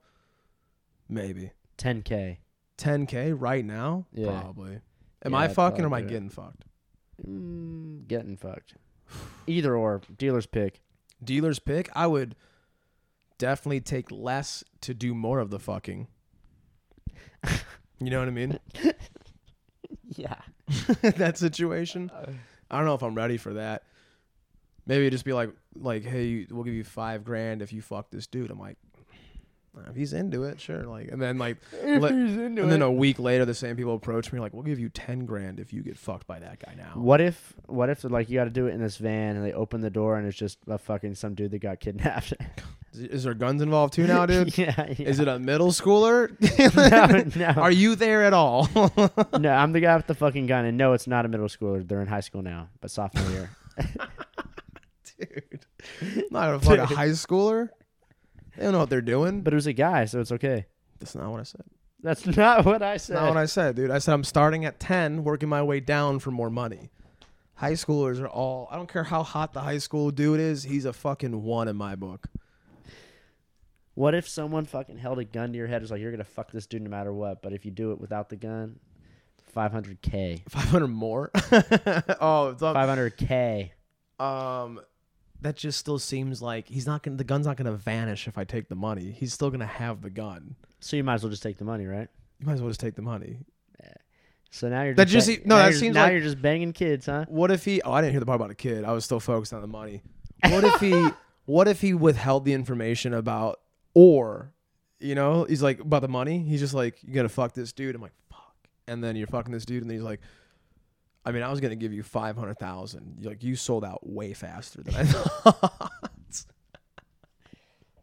maybe
Ten k.
ten k right now,
Yeah.
probably. Am
Yeah,
I
I'd
fucking or am I
probably do it.
getting fucked?
Mm, getting fucked. Either or, dealer's pick.
Dealer's pick. I would definitely take less to do more of the fucking. You know what I mean?
Yeah.
that situation. I don't know if I'm ready for that. Maybe it'd just be like, like, hey, we'll give you five grand if you fuck this dude. I'm like, if he's into it, sure. Like, and then like, let-
into
and then a week later, the same people approach me like, we'll give you ten grand if you get fucked by that guy now.
What if what if like you got to do it in this van and they open the door and it's just a fucking some dude that got kidnapped?
Is, is there guns involved too now, dude?
yeah, yeah.
Is it a middle schooler?
no, no.
Are you there at all?
no, I'm the guy with the fucking gun, and no, it's not a middle schooler. They're in high school now, but sophomore year.
dude. Not gonna fuck a high schooler. They don't know what they're doing. But
But it was a guy, so it's okay.
that's not what I said.
That's not what I
That's not
said.
what I said, dude. I said I'm starting at ten, working my way down for more money. High schoolers are all. I don't care how hot the high school dude is. He's a fucking one in my book.
what if someone fucking held a gun to your head? It's like you're gonna fuck this dude no matter what, but if you do it without the gun, 500k,
Five hundred more. oh, it's up.
500k.
um, that just still seems like he's not gonna. The gun's not gonna vanish if I take the money. He's still gonna have the gun.
So you might as well just take the money, right?
You might as well just take the money.
So now you're
That
just
just
ba-
se- no,
now
that
you're-
seems
now
like-
you're just banging kids, huh?
What if he? Oh, I didn't hear the part about a kid. I was still focused on the money. What if he? what if he withheld the information about or, you know, he's like about the money. He's just like, you gotta fuck this dude. I'm like, fuck. And then you're fucking this dude, and then he's like, I mean, I was gonna give you five hundred thousand. Like you sold out way faster than I thought.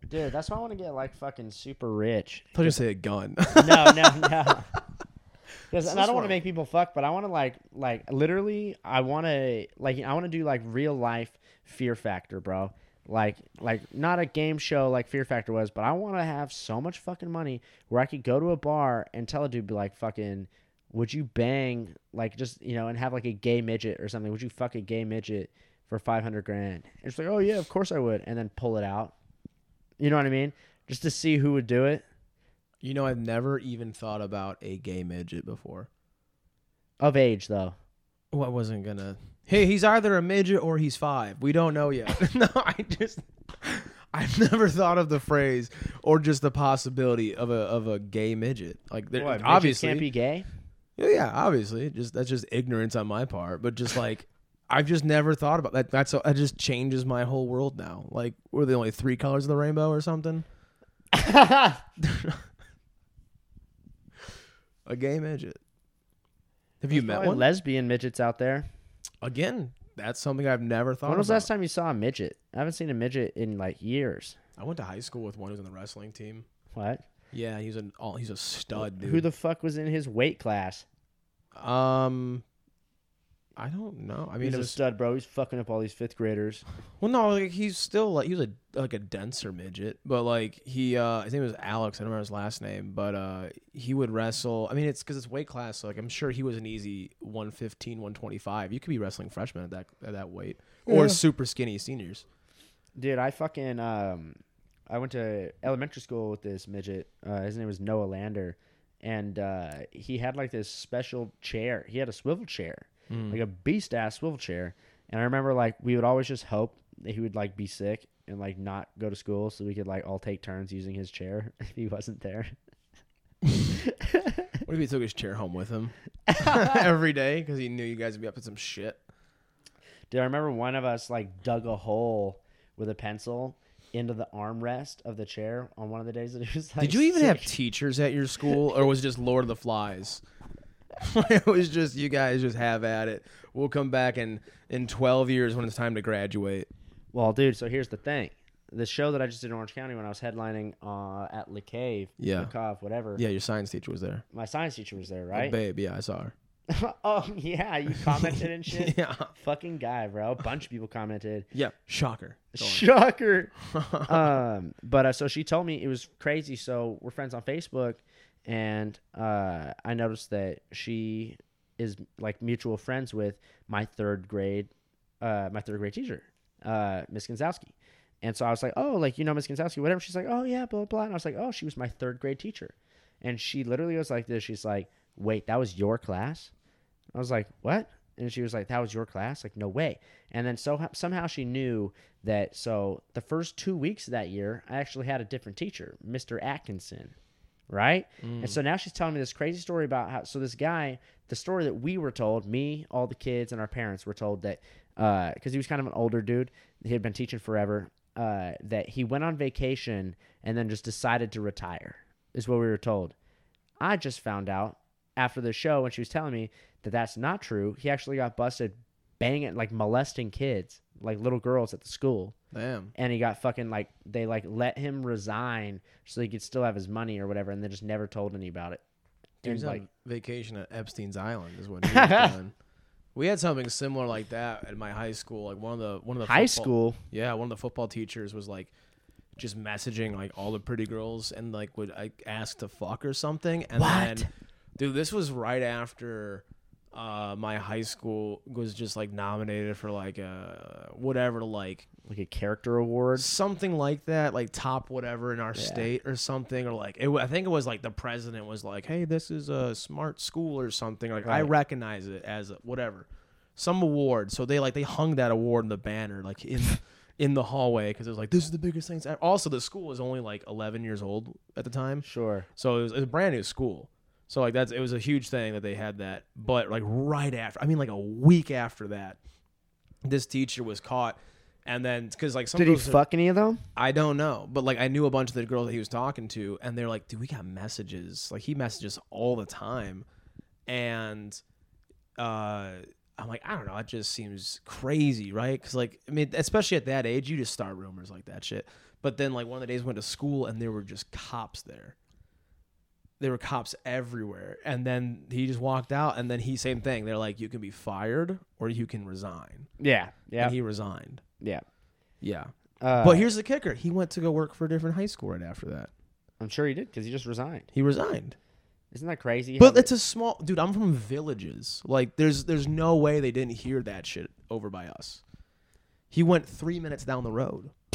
Dude, that's why I want to get like fucking super rich.
I'll just say a gun.
No, no, no. Because and I
is
don't want
why-
to make people fuck, but I want to like like literally I want to like I want to do like real life Fear Factor, bro. Like like not a game show like Fear Factor was, but I want to have so much fucking money where I could go to a bar and tell a dude be like fucking would you bang like just you know and have like a gay midget or something? Would you fuck a gay midget for 500 grand? And it's like, "Oh yeah, of course I would." And then pull it out. You know what I mean? Just to see who would do it.
you know, I've never even thought about a gay midget before.
Of age though.
Oh, I wasn't gonna. Hey, he's either a midget or he's five. We don't know yet. no, I just, I've never thought of the phrase or just the possibility of a of a gay midget. Like, there,
What, midgets
obviously,
can't be gay.
yeah, yeah, obviously. Just that's just ignorance on my part. But just like, I've just never thought about that. That's that just changes my whole world now. Like, we're the only three colors of the rainbow or something. A gay midget. Have you met
Probably
one?
lesbian midgets out there.
Again, that's something I've never thought.
When was
about.
the last time you saw a midget? I haven't seen a midget in like years.
I went to high school with one who's on the wrestling team.
What?
Yeah, he's an all he's a stud dude.
Who the fuck was in his weight class?
um I don't know. I mean,
He's
it
a
was,
stud, bro. He's fucking up all these fifth graders.
well, no, like he's still like he was a like a denser midget, but like he uh his name was Alex. I don't remember his last name, but uh he would wrestle. I mean, it's because it's weight class. So, like I'm sure he was an easy 115, 125. You could be wrestling freshmen at that at that weight or super skinny seniors.
Dude, I fucking um, I went to elementary school with this midget. Uh, his name was Noah Lander, and uh, he had like this special chair. He had a swivel chair,
Hmm.
like a beast ass swivel chair. And I remember like we would always just hope that he would like be sick and like not go to school, so we could like all take turns using his chair if he wasn't there.
What if he took his chair home with him every day because he knew you guys would be up to some shit?
Dude, I remember one of us like dug a hole with a pencil into the armrest of the chair on one of the days that he was like.
Did you even
sick.
have teachers at your school, or was it just Lord of the Flies? it was just you guys just have at it. We'll come back in in twelve years when it's time to graduate.
Well, dude, so here's the thing. The show that I just did in Orange County when I was headlining uh, at Le Cave,
Yeah.
Le Cave, whatever.
Yeah, your science teacher was there,
My science teacher was there,
Oh,
right?
babe. Yeah, I saw her.
oh yeah, you commented and shit.
yeah,
Fucking guy, bro. A bunch of people commented.
yeah. Shocker. Go on.
Shocker. um, but uh, so she told me it was crazy. So we're friends on Facebook, and uh, I noticed that she is like mutual friends with my third grade, uh, my third grade teacher, uh, Miss Gonzowski. And so I was like, oh, like you know Miss Gonzowski, whatever. She's like, oh yeah, blah blah. blah. And I was like, oh, she was my third grade teacher, and she literally was like this. She's like, wait, that was your class. I was like, "What?" And she was like, "That was your class?" Like, "No way." And then so somehow she knew that. So the first two weeks of that year, I actually had a different teacher, Mr. Atkinson, right? And so now she's telling me this crazy story about how. So this guy, the story that we were told, me, all the kids, and our parents were told that because he was kind of an older dude, he had been teaching forever. Uh, that he went on vacation and then just decided to retire is what we were told. I just found out after the show when she was telling me that that's not true. He actually got busted banging, like molesting kids, like little girls at the school
Damn.
and he got fucking like they like let him resign so he could still have his money or whatever, and they just never told any about it.
He
And
was
like,
on vacation at Epstein's Island is what he was doing. We had something similar like that at my high school. Like one of the one of the
high
football-
school,
Yeah, one of the football teachers was like just messaging like all the pretty girls and like would like ask to fuck or something. And
What?
then dude, this was right after uh my high school was just like nominated for like uh whatever like
like a character award.
something like that, like top whatever in our state or something, or like it, wa- I think it was like the president was like, "Hey, this is a smart school or something." Like I
Right.
recognize it as a, whatever, some award. So they like they hung that award in the banner like in in the hallway because it was like this is the biggest thing. ever. Also, the school was only like 11 years old at the time,
Sure.
so it was, it was a brand new school. So like that's it was a huge thing that they had that, but like right after, I mean like a week after that, this teacher was caught, and then because like some
Did he
girls-
fuck any of them?
I don't know, but like I knew a bunch of the girls that he was talking to, and they're like, "Dude, we got messages. Like he messages all the time," and uh, I'm like, I don't know. It just seems crazy, right? Because like, I mean, especially at that age, you just start rumors like that shit. But then like one of the days I went to school, and there were just cops there. There were cops everywhere, and then he just walked out, and then he same thing. They're like, "You can be fired or you can resign,"
Yeah. Yeah.
and he resigned.
yeah.
Yeah.
Uh,
But here's the kicker: he went to go work for a different high school right after that.
I'm sure he did because he just resigned.
He resigned.
Isn't that crazy? how
But
the-
it's a small dude. I'm from villages. Like there's there's no way they didn't hear that shit over by us. He went three minutes down the road,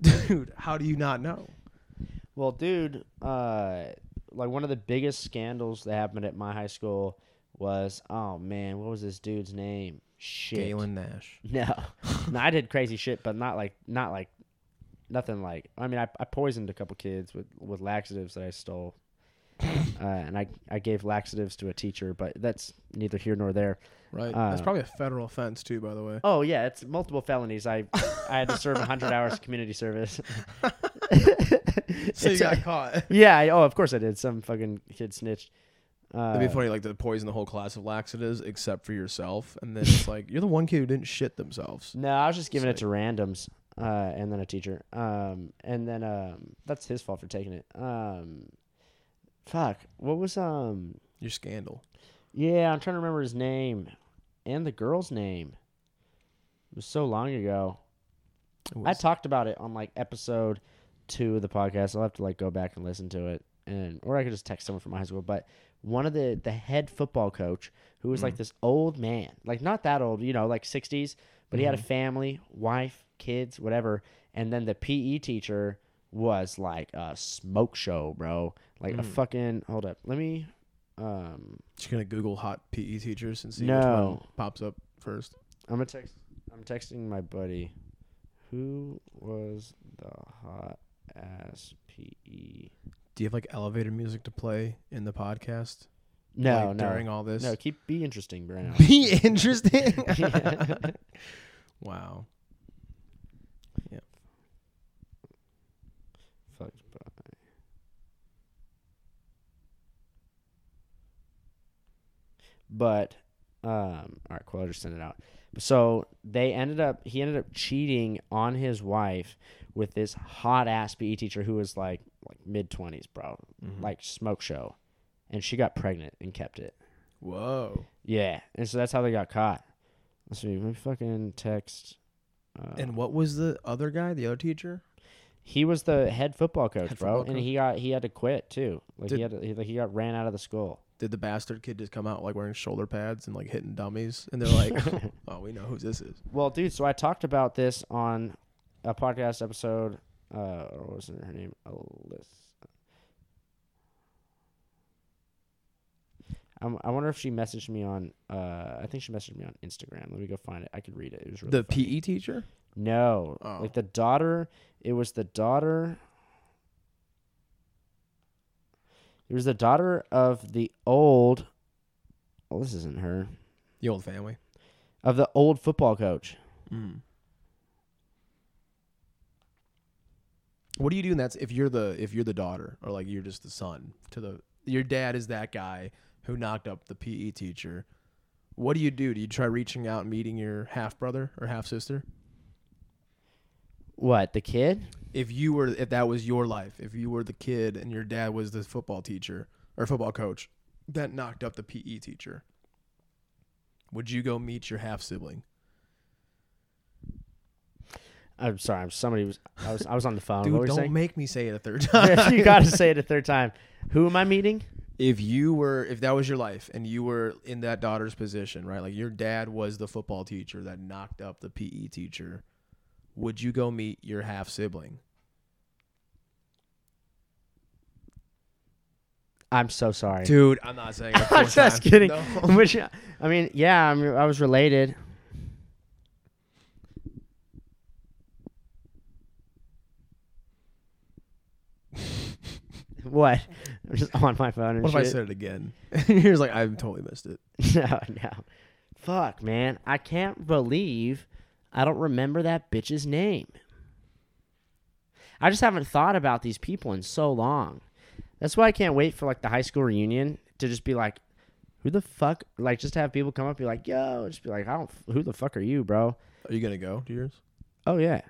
dude. How do you not know?
Well, dude, uh, like one of the biggest scandals that happened at my high school was, oh man, what was this dude's name? Shit.
Galen Nash.
No. no, I did crazy shit, but not like not like nothing like. I mean, I, I poisoned a couple kids with with laxatives that I stole, uh, and I I gave laxatives to a teacher, but that's neither here nor there.
Right.
That's
probably a federal offense too, by the way.
Oh yeah, it's multiple felonies. I I had to serve hundred hours of community service.
So you
It's
got
a-
caught.
yeah. I, oh, of course I did. Some fucking kid snitched. Uh,
It'd be funny, like to poison the whole class of laxatives except for yourself, and then it's like you're the one kid who didn't shit themselves.
No, I was just giving it to randoms, uh, and then a teacher, um, and then um, that's his fault for taking it. Um, fuck, what was um?
Your scandal.
Yeah, I'm trying to remember his name, and the girl's name. It was so long ago.
It
I
was-
talked about it on like episode two of the podcast. I'll have to like go back and listen to it, and or I could just text someone from my high school. But one of the the head football coach who was
Mm.
like this old man, like not that old, you know, like sixties, but he had a
Mm-hmm.
family, wife, kids, whatever. And then the PE teacher was like a smoke show, bro. Like a
Mm.
fucking hold up, let me. Um,
Just gonna Google hot PE teachers and see which
No.
one pops up first.
I'm gonna text. I'm texting my buddy. Who was the hot ass E? PE?
Do you have like elevator music to play in the podcast?
No,
like,
no,
During all this,
no. Keep be interesting, Bruno.
be interesting. wow.
Fucked by. But, um, all right, cool. I'll just send it out. So they ended up, he ended up cheating on his wife with this hot ass PE teacher who was like, like mid 20s, bro, like smoke show. And she got pregnant and kept it.
Whoa.
Yeah. And so that's how they got caught. Let's see, let me fucking text. Uh,
And what was the other guy? The other teacher?
He was the head football coach,
Head
bro,
football
and
coach.
he got he had to quit too. Like
Did-
he had to, he, like he got ran out of the school.
Did the bastard kid just come out like wearing shoulder pads and like hitting dummies? And they're like, "Oh, we know who this is."
Well, dude, so I talked about this on a podcast episode. Uh, what was her name? Alyssa. I'm, Um, I wonder if she messaged me on. Uh, I think she messaged me on Instagram. Let me go find it. I could read it. It was really
The
funny.
PE teacher?
No,
Oh.
like the daughter. It was the daughter. It was the daughter of the old. Well, this isn't her.
The old family.
Of the old football coach.
Mm. What do you do in that if you're the if you're the daughter or like you're just the son to the your dad is that guy who knocked up the PE teacher? What do you do? Do you try reaching out and meeting your half brother or half sister?
What the kid?
If you were if that was your life, if you were the kid and your dad was the football teacher or football coach that knocked up the PE teacher, would you go meet your half sibling?
I'm sorry. I'm somebody was. I was. I was on the phone. Uh, what
Dude,
were you
don't
saying?
make me say it a third time.
you got to say it a third time. Who am I meeting?
if you were if that was your life and you were in that daughter's position right like your dad was the football teacher that knocked up the pe teacher would you go meet your half sibling
I'm so sorry.
dude i'm not saying it
I'm
four
just
times.
kidding.
No.
Which I mean, yeah, I, mean, I was related. what? I'm just on my phone. And
what if i
shit.
said it again here's like i totally missed it
No, no. Fuck, man. I can't believe I don't remember that bitch's name. I just haven't thought about these people in so long. That's why I can't wait for like the high school reunion to just be like, who the fuck? Like, just have people come up and be like, yo, just be like, I don't, who the fuck are you, bro?
are you gonna go to yours
Oh, yeah.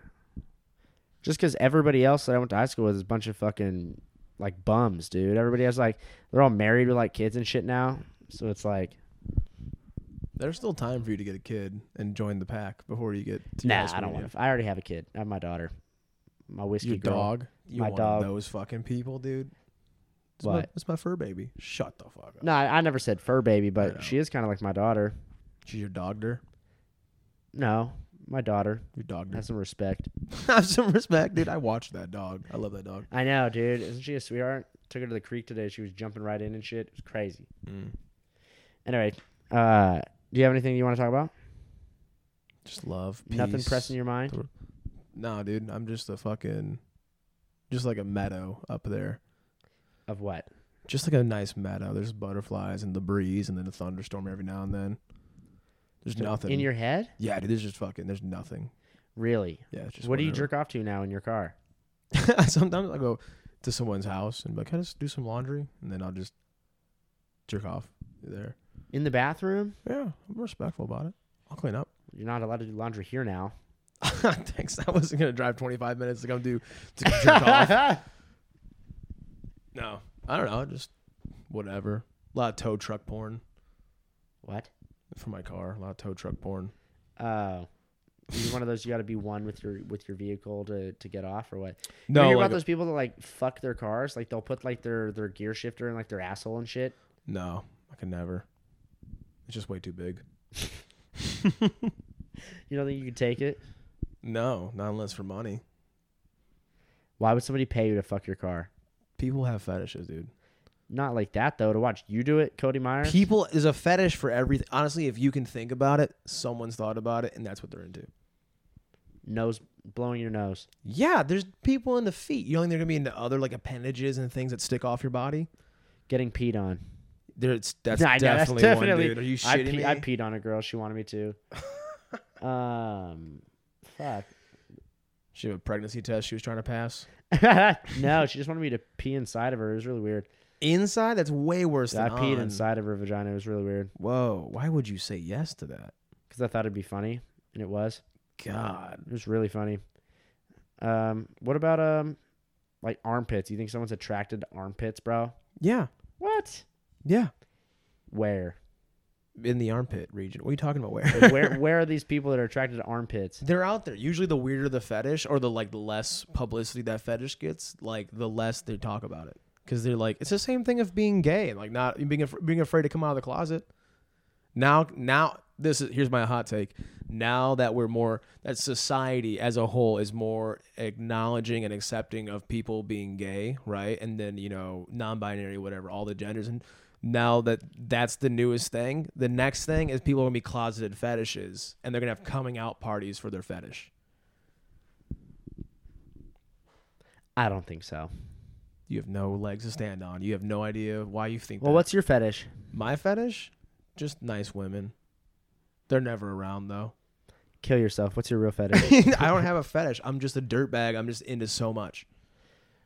Just because everybody else that I went to high school with is a bunch of fucking like bums, dude. Everybody has like, they're all married with like kids and shit now. So it's like,
there's still time for you to get a kid and join the pack before you get to high
Nah,
school
I don't
reunion.
want. To, I already have a kid. I have my daughter, my whiskey
your
girl.
dog you
My
want
dog.
those fucking people dude it's my,
What?
it's my fur baby shut the fuck up
No, I, I never said fur baby,
know.
but she is kind of like my daughter.
she's your dogder
No, my daughter
your dogder
has some respect.
have some respect, dude. I watched that dog. I love that dog.
I know, dude. Isn't she a sweetheart? Took her to the creek today. She was jumping right in and shit. It was crazy.
Mm.
Anyway, uh, do you have anything you want to talk about?
Just love.
Nothing
peace.
pressing your mind.
No, dude. I'm just a fucking, just like a meadow up there.
Of what?
Just like a nice meadow. There's butterflies and the breeze, and then a thunderstorm every now and then. There's nothing.
In your head?
yeah, dude. There's just fucking. There's nothing.
Really?
Yeah. It's just
what do you
whatever.
jerk off to now in your car?
Sometimes I go to someone's house and be like, can I just do some laundry, and then I'll just jerk off there.
In the bathroom?
Yeah, I'm respectful about it. I'll clean up.
You're not allowed to do laundry here now.
Thanks. I wasn't gonna drive 25 minutes to come do to jerk off. No, I don't know. Just whatever. A lot of tow truck porn
What?
for my car. A lot of tow truck porn.
Oh. You're one of those you got to be one with your with your vehicle to to get off or what? You
No,
hear
like,
about those people that like fuck their cars? Like they'll put like their their gear shifter in like their asshole and shit.
no, I can never. It's just way too big.
You don't think you could take it?
No, not unless for money.
Why would somebody pay you to fuck your car?
People have fetishes, dude.
Not like that though. To watch you do it, Cody Myers.
People is a fetish for everything. Honestly, if you can think about it, someone's thought about it, and that's what they're into.
nose blowing your nose.
Yeah, there's people into feet. You don't think they're gonna be into other like appendages and things that stick off your body?
Getting peed on.
There's that's
Nah, I know,
definitely, one, dude. Are you
I
shitting
pe-
me?
I peed on a girl. She wanted me to. um, fuck.
she had a pregnancy test she was trying to pass.
no, she just wanted me to pee inside of her. It was really weird.
Inside, that's way worse
I
than
peed
on.
inside of her vagina. It was really weird
Whoa, why would you say yes to that?
because I thought it'd be funny, and it was.
God.
It was really funny. Um, what about um, like armpits? You think someone's attracted to armpits, bro?
Yeah.
What?
Yeah.
Where?
In the armpit region. What are you talking about? Where?
Like, where? Where are these people that are attracted to armpits?
They're out there. Usually the weirder the fetish or the like the less publicity that fetish gets, like the less they talk about it. Cuz they're like it's the same thing of being gay and like not being af- being afraid to come out of the closet. Now now this is here's my hot take. Now that we're more that society as a whole is more acknowledging and accepting of people being gay, right? And then, you know, non-binary whatever, all the genders and now that that's the newest thing, the next thing is people are gonna be closeted fetishes, and they're gonna have coming out parties for their fetish.
I don't think so.
You You have no legs to stand on. You have no idea why you think.
Well,
that.
what's your fetish?
my fetish? Just nice women. They're never around though.
Kill yourself. What's your real fetish?
I don't have a fetish. I'm just a dirtbag. I'm just into so much.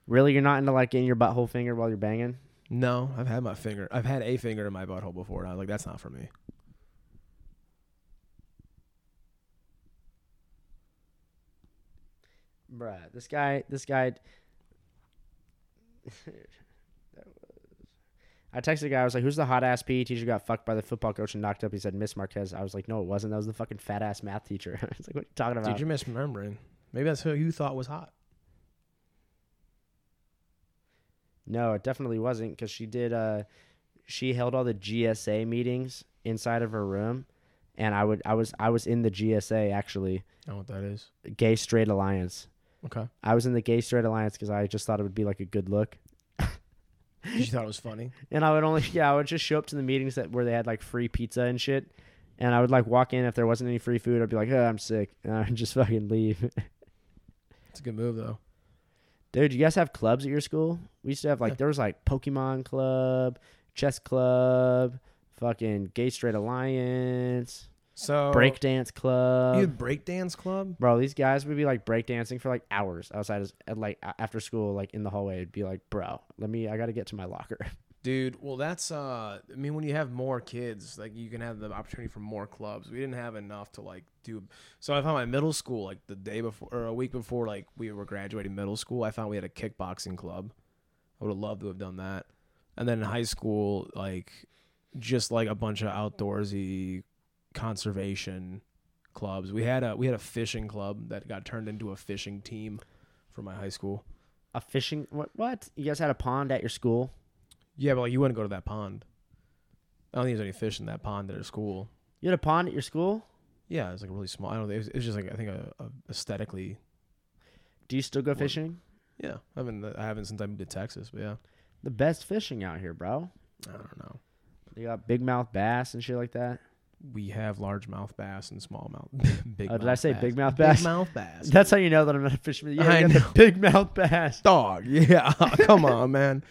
really, you're not into like getting your butthole finger while you're banging?
No, I've had my finger. I've had a finger in my butthole before, and I was like, that's not for me.
Bruh, this guy, this guy. I texted a guy. I was like, "Who's the hot ass PE teacher who got fucked by the football coach and knocked up?" He said, "Miss Marquez." I was like, "No, it wasn't. That was the fucking fat ass math teacher." I was like, "What are you talking about?"
Dude, you're misremembering. Maybe that's who you thought was hot.
No, it definitely wasn't because she did. Uh, she held all the GSA meetings inside of her room, and I would, I was, I was in the GSA actually,
I know what that is.
Gay Straight Alliance.
Okay.
I was in the Gay Straight Alliance because I just thought it would be like a good look,
You thought it was funny.
and I would only, yeah, I would just show up to the meetings that where they had like free pizza and shit, and I would like walk in if there wasn't any free food, I'd be like, oh, I'm sick, and I would just fucking leave.
It's a good move though.
Dude, you guys have clubs at your school? We used to have like
Yeah.
there was like Pokemon Club, Chess Club, fucking Gay Straight Alliance,
So
Breakdance Club.
You had breakdance club.
Bro, these guys would be like breakdancing for like hours outside of at, like a- after school, like in the hallway. It'd be like, bro, let me, I gotta get to my locker.
Dude, well, that's uh, I mean, when you have more kids, like you can have the opportunity for more clubs. We didn't have enough to like do. So I found my middle school like the day before or a week before like we were graduating middle school. I found we had a kickboxing club. I would have loved to have done that. And then in high school, like just like a bunch of outdoorsy conservation clubs. We had a we had a fishing club that got turned into a fishing team for my high school.
A fishing, what, what? You guys had a pond at your school?
Yeah, but like you wouldn't go to that pond. I don't think there's any fish in that pond at our school.
You had a pond at your school?
Yeah, it's like really small. I don't. know. It was, it was just like I think a, a aesthetically.
Do you still go
Well-
fishing?
Yeah, I haven't. I haven't since I moved to Texas. But yeah,
The best fishing out here, bro.
I don't know.
They got big mouth bass and shit like that.
We have largemouth bass and smallmouth. big.
Oh, did I say
bass.
big mouth bass?
Big mouth bass.
That's how you know that I'm not a fisherman. Yeah,
I
you got
know.
the big mouth bass,
Dog. Yeah. Come on, man.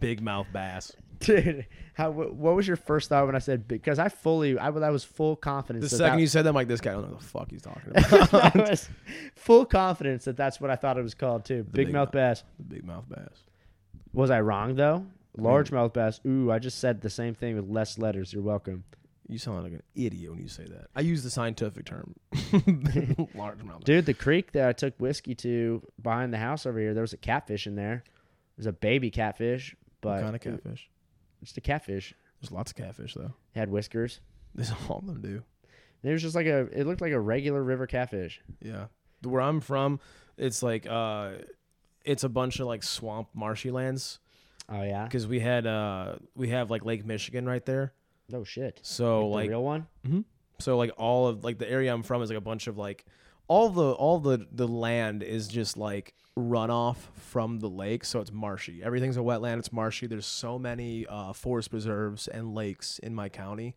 Big mouth bass.
dude. How? wh- What was your first thought when I said big? Because I fully, I, was- I was full confidence. that
The second
that,
you said that, I'm like, this guy I don't know what the fuck he's talking about.
I was full confidence that that's what I thought it was called too. Big,
big
mouth
mouth.
bass.
big mouth bass.
Was I wrong though? Large mouth bass. Ooh, I just said the same thing with less letters. You're welcome.
You sound like an idiot when you say that. I use the scientific term. largemouth.
Dude, the creek that I took whiskey to behind the house over here, there was a catfish in there. There's a baby catfish, but
What kind of catfish?
just a catfish.
There's lots of catfish though.
It had whiskers.
There's all of them do.
It was just like a. It looked like a regular river catfish.
Yeah. Where I'm from, it's like uh it's a bunch of like swamp marshy lands
Oh yeah.
because we had uh we have like Lake Michigan right there.
No Oh, shit.
So
The
like
real one?
so like all of like the area I'm from is like a bunch of like all the all the the land is just like runoff from the lake, so it's marshy. Everything's a wetland. It's marshy. There's so many uh, forest preserves and lakes in my county,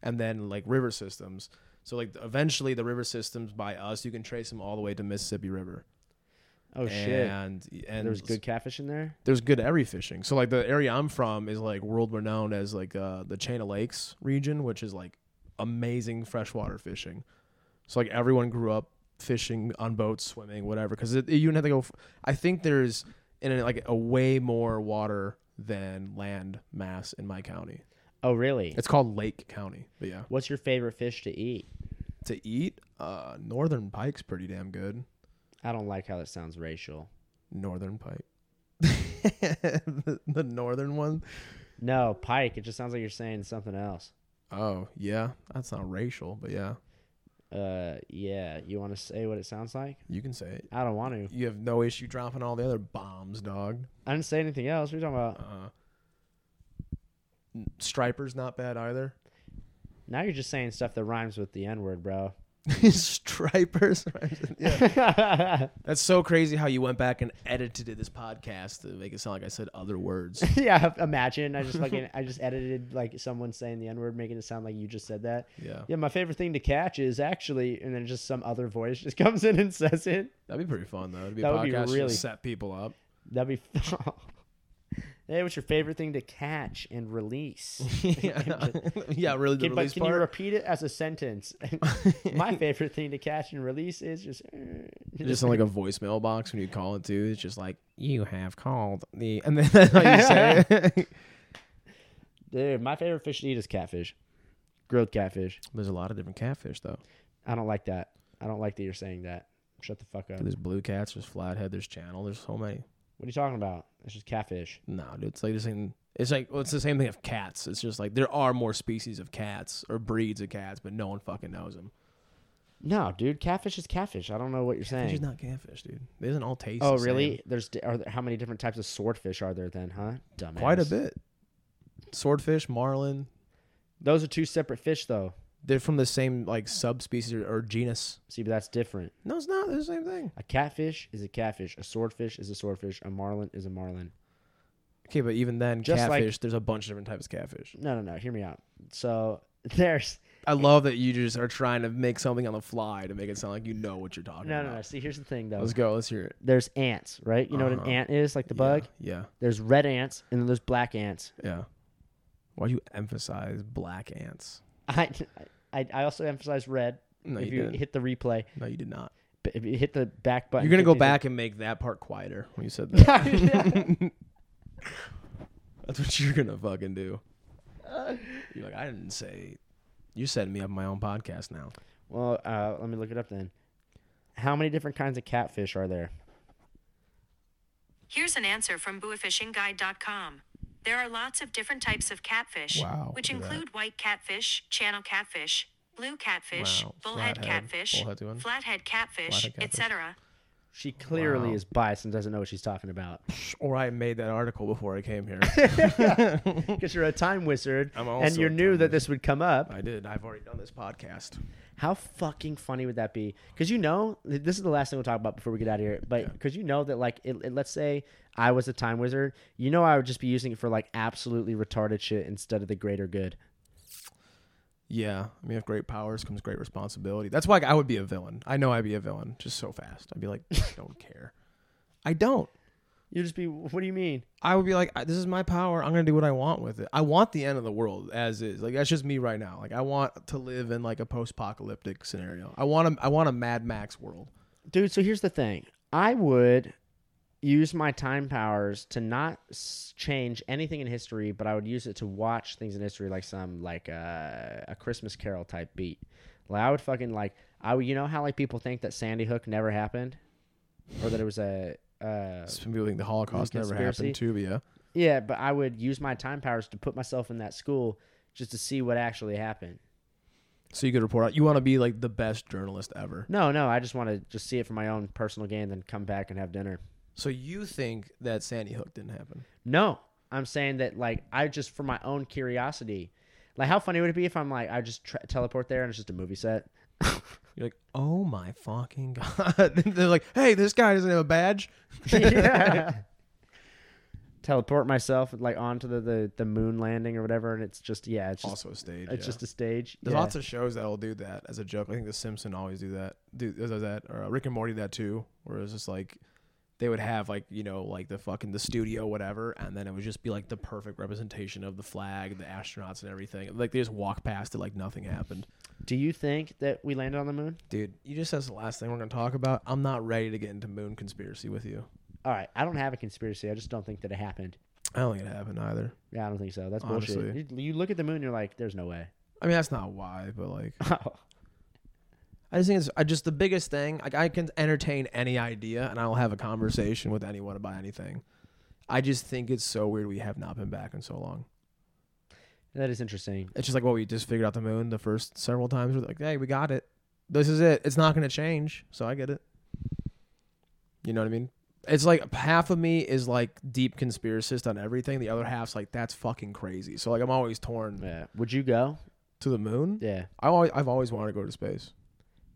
and then like river systems. So like eventually the river systems by us, you can trace them all the way to Mississippi River.
Oh shit.
and and
There was good catfish in there.
there's good every fishing. So like the area I'm from is like world renowned as like uh, the Chain of Lakes region, which is like amazing freshwater fishing. So like everyone grew up fishing on boats, swimming, whatever. Because you didn't have to go. F- I think there's in a, like a way more water than land mass in my county.
Oh really?
It's called Lake County. But yeah,
What's your favorite fish to eat?
to eat, uh, northern pike's pretty damn good.
I don't like how that sounds racial.
Northern pike. the, the northern one.
No, pike. It just sounds like you're saying something else.
Oh yeah, that's not racial, but yeah.
Uh, yeah. You want to say what it sounds like?
You can say it.
I don't want to.
You have no issue dropping all the other bombs, dog.
I didn't say anything else. What are you talking about?
Uh, Striper's not bad either.
Now you're just saying stuff that rhymes with the N word, bro.
Stripers. Yeah. That's so crazy how you went back and edited this podcast to make it sound like I said other words.
yeah. Imagine I just fucking I just edited like someone saying the N word, making it sound like you just said that.
Yeah.
Yeah, my favorite thing to catch is actually, and then just some other voice just comes in and says it.
That'd be pretty fun though. It'd be
That
a
would be
podcast to
really-
set people up.
That'd be. Hey, what's your favorite thing to catch and release?
yeah. yeah, really. The
Can, but
release
can you
part.
repeat it as a sentence? My favorite thing to catch and release is just.
just in like a voicemail box when you call it too. It's just like you have called the, and then that's how you say it.
Dude, my favorite fish to eat is catfish, grilled catfish.
There's a lot of different catfish though.
I don't like that. I don't like that you're saying that. Shut the fuck up. What
There's blue cats. There's flathead. There's channel. There's so many.
are you talking about? It's just catfish.
No, dude. It's like the same. It's like well, it's the same thing of cats. It's just like there are more species of cats or breeds of cats, but no one fucking knows them.
No, dude, catfish is catfish. I don't know what you're
It's
saying.
just not catfish, dude. It isn't all taste.
oh,
the same.
really? There's di- are there, how many different types of swordfish are there then, huh? Dumbass.
Quite a bit. Swordfish, marlin.
Those are two separate fish, though.
They're from the same like subspecies or, or genus.
See, but that's different.
No, it's not. They're the same thing.
A catfish is a catfish. A swordfish is a swordfish. A marlin is a marlin.
Okay, but even then,
Just like-
catfish. there's a bunch of different types of catfish.
No, no, no. Hear me out. So there's
I love that you just are trying to make something on the fly to make it sound like you know what you're talking
no,
about.
no, no. See, here's the thing though.
Let's go. Let's hear it.
There's ants, right? You know what
Uh-huh.
an ant is, like the bug.
Yeah.
There's red ants and then there's black ants.
Yeah. yeah. Why do you emphasize black ants?
I, I, I also emphasize red.
No,
if
you
you
didn't.
hit the replay,
No, you did not.
but if you hit the back button,
You're gonna go
50
back and make that part quieter when you said that. That's what you're gonna fucking do. You're like, I didn't say. You're setting me up my own podcast now.
Well, uh, let me look it up then. How many different kinds of catfish are there?
Here's an answer from BuafishingGuide.com. There are lots of different types of catfish,
Wow,
which
look at that.
include white catfish, channel catfish, blue catfish,
Wow,
bullhead
flathead,
catfish,
bullhead's one.
flathead catfish,
Flathead catfish.
etc.
She clearly
Wow.
is biased and doesn't know what she's talking about.
Or I made that article before I came here.
Because you're a time wizard,
I'm
and
also
you
a
knew
time
that this would come up.
I did. I've already done this podcast.
How fucking funny would that be? Because you know, th- this is the last thing we'll talk about before we get out of here. But because you know that, like, it, it- let's say I was a time wizard, you know, I would just be using it for like absolutely retarded shit instead of the greater good.
Yeah, I mean, if great powers comes great responsibility. That's why I would be a villain. I know I'd be a villain just so fast. I'd be like, I don't care. I don't.
You'd just be, what do you mean?
I would be like, "I- this is my power. I'm gonna do what I want with it. I want the end of the world as is. Like that's just me right now. Like I want to live in like a post-apocalyptic scenario. I want a I want a Mad Max world.
Dude, so here's the thing I would use my time powers to not s- change anything in history, but I would use it to watch things in history, like some, like uh, a Christmas Carol type beat. Like, I would fucking, like, I would, you know how, like, people think that Sandy Hook never happened? Or that it was a. Uh,
Some people think the Holocaust never
Conspiracy?
happened too, but yeah.
Yeah, but I would use my time powers to put myself in that school just to see what actually happened.
So you could report out. You want to be like the best journalist ever.
No, no, I just want to just see it for my own personal gain, then come back and have dinner.
So you think that Sandy Hook didn't happen?
No, I'm saying that like I just for my own curiosity. Like, how funny would it be if I'm like I just tra- teleport there and it's just a movie set?
You're like, oh my fucking god. They're like, hey, this guy doesn't have a badge.
Teleport myself like onto the, the the moon landing or whatever, and it's just yeah, it's just
Also a stage.
it's
yeah.
just a stage.
There's
Yeah.
lots of shows that'll do that as a joke. I think The Simpsons always do that. Do does that or uh, Rick and Morty that too, where it's just like they would have like you know like the fucking the studio whatever, and then it would just be like the perfect representation of the flag, the astronauts, and everything. Like they just walk past it like nothing happened.
Do you think that we landed on the moon?
Dude, you just that's the last thing we're gonna talk about. I'm not ready to get into moon conspiracy with you.
All right, I don't have a conspiracy. I just don't think that it happened.
I don't think it happened either.
Yeah, I don't think so. That's bullshit.
Honestly.
You, you look at the moon, you're like, there's no way.
I mean that's not why, but like I just think it's I just the biggest thing. Like I can entertain any idea and I'll have a conversation with anyone about anything. I just think it's so weird we have not been back in so long.
that is interesting.
It's just like what we just figured out the moon the first several times. We're like, hey, we got it. This is it. It's not going to change. So I get it. You know what I mean? It's like half of me is like deep conspiracist on everything. The other half's like that's fucking crazy. So like I'm always torn
Yeah. Would you go?
to the moon.
Yeah.
I always, I've always wanted to go to space.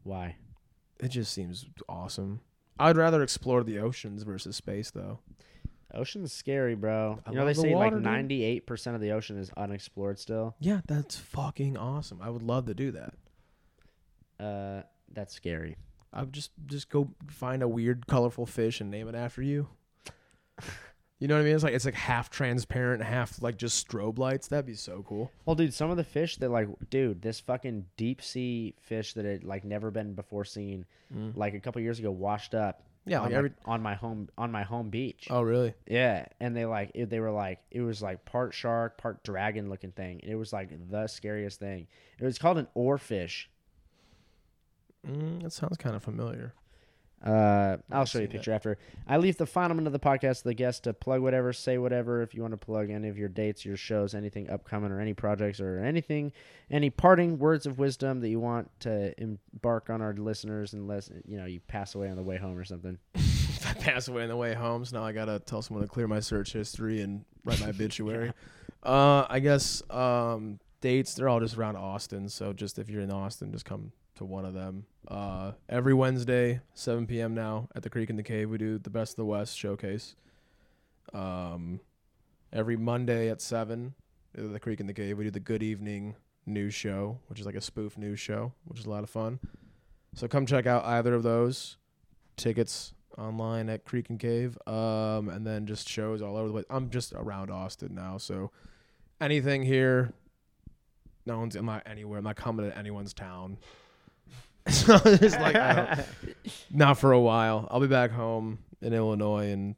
Why?
It just seems awesome. I'd rather explore the oceans versus space, though.
Ocean's scary, bro.
I
you know they
love the
say
water,
like
dude.
ninety eight percent of the ocean is unexplored still.
Yeah, that's fucking awesome. I would love to do that.
Uh, that's scary.
I would just just go find a weird, colorful fish and name it after you. You know what I mean? It's like it's like half transparent, half like just strobe lights. That'd be so cool.
Well, dude, some of the fish that like, dude, this fucking deep sea fish that had like never been before seen, like a couple years ago, washed up.
Mm. Yeah,
on,
like
my,
every-
on my home on my home beach.
Oh, really?
Yeah, and they like it, they were like it was like part shark, part dragon looking thing. It was like the scariest thing. It was called an oarfish.
Mm, that sounds kind of familiar.
Uh, I'll show you a
seen
picture after. I leave the final minute of the podcast to the guest to plug whatever, say whatever. If you want to plug any of your dates, your shows, anything upcoming, or any projects, or anything, any parting words of wisdom that you want to embark on our listeners, unless you know you pass away on the way home or something.
If I pass away on the way home, so now I gotta tell someone to clear my search history and write my obituary. Uh, I guess um, dates they're all just around Austin, so just if you're in Austin, just come to one of them. Uh, every Wednesday, 7 p.m. now at the Creek in the Cave, we do the Best of the West showcase. Um, every Monday at seven, at the Creek in the Cave, we do the Good Evening News Show, which is like a spoof news show, which is a lot of fun. So come check out either of those tickets online at Creek and Cave, um, and then just shows all over the place. I'm just around Austin now, so anything here, no one's. I'm not anywhere. I'm not coming to anyone's town. so it's just like I don't- not for a while. I'll be back home in Illinois in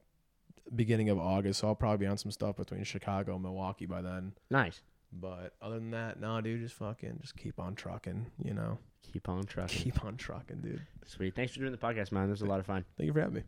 beginning of August, so I'll probably be on some stuff between Chicago and Milwaukee by then.
Nice.
But other than that, nah, dude, just fucking, just keep on trucking. You know,
Keep on trucking.
keep on trucking, dude.
Sweet. Thanks for doing the podcast, man. This was a lot of fun.
Thank you for having me.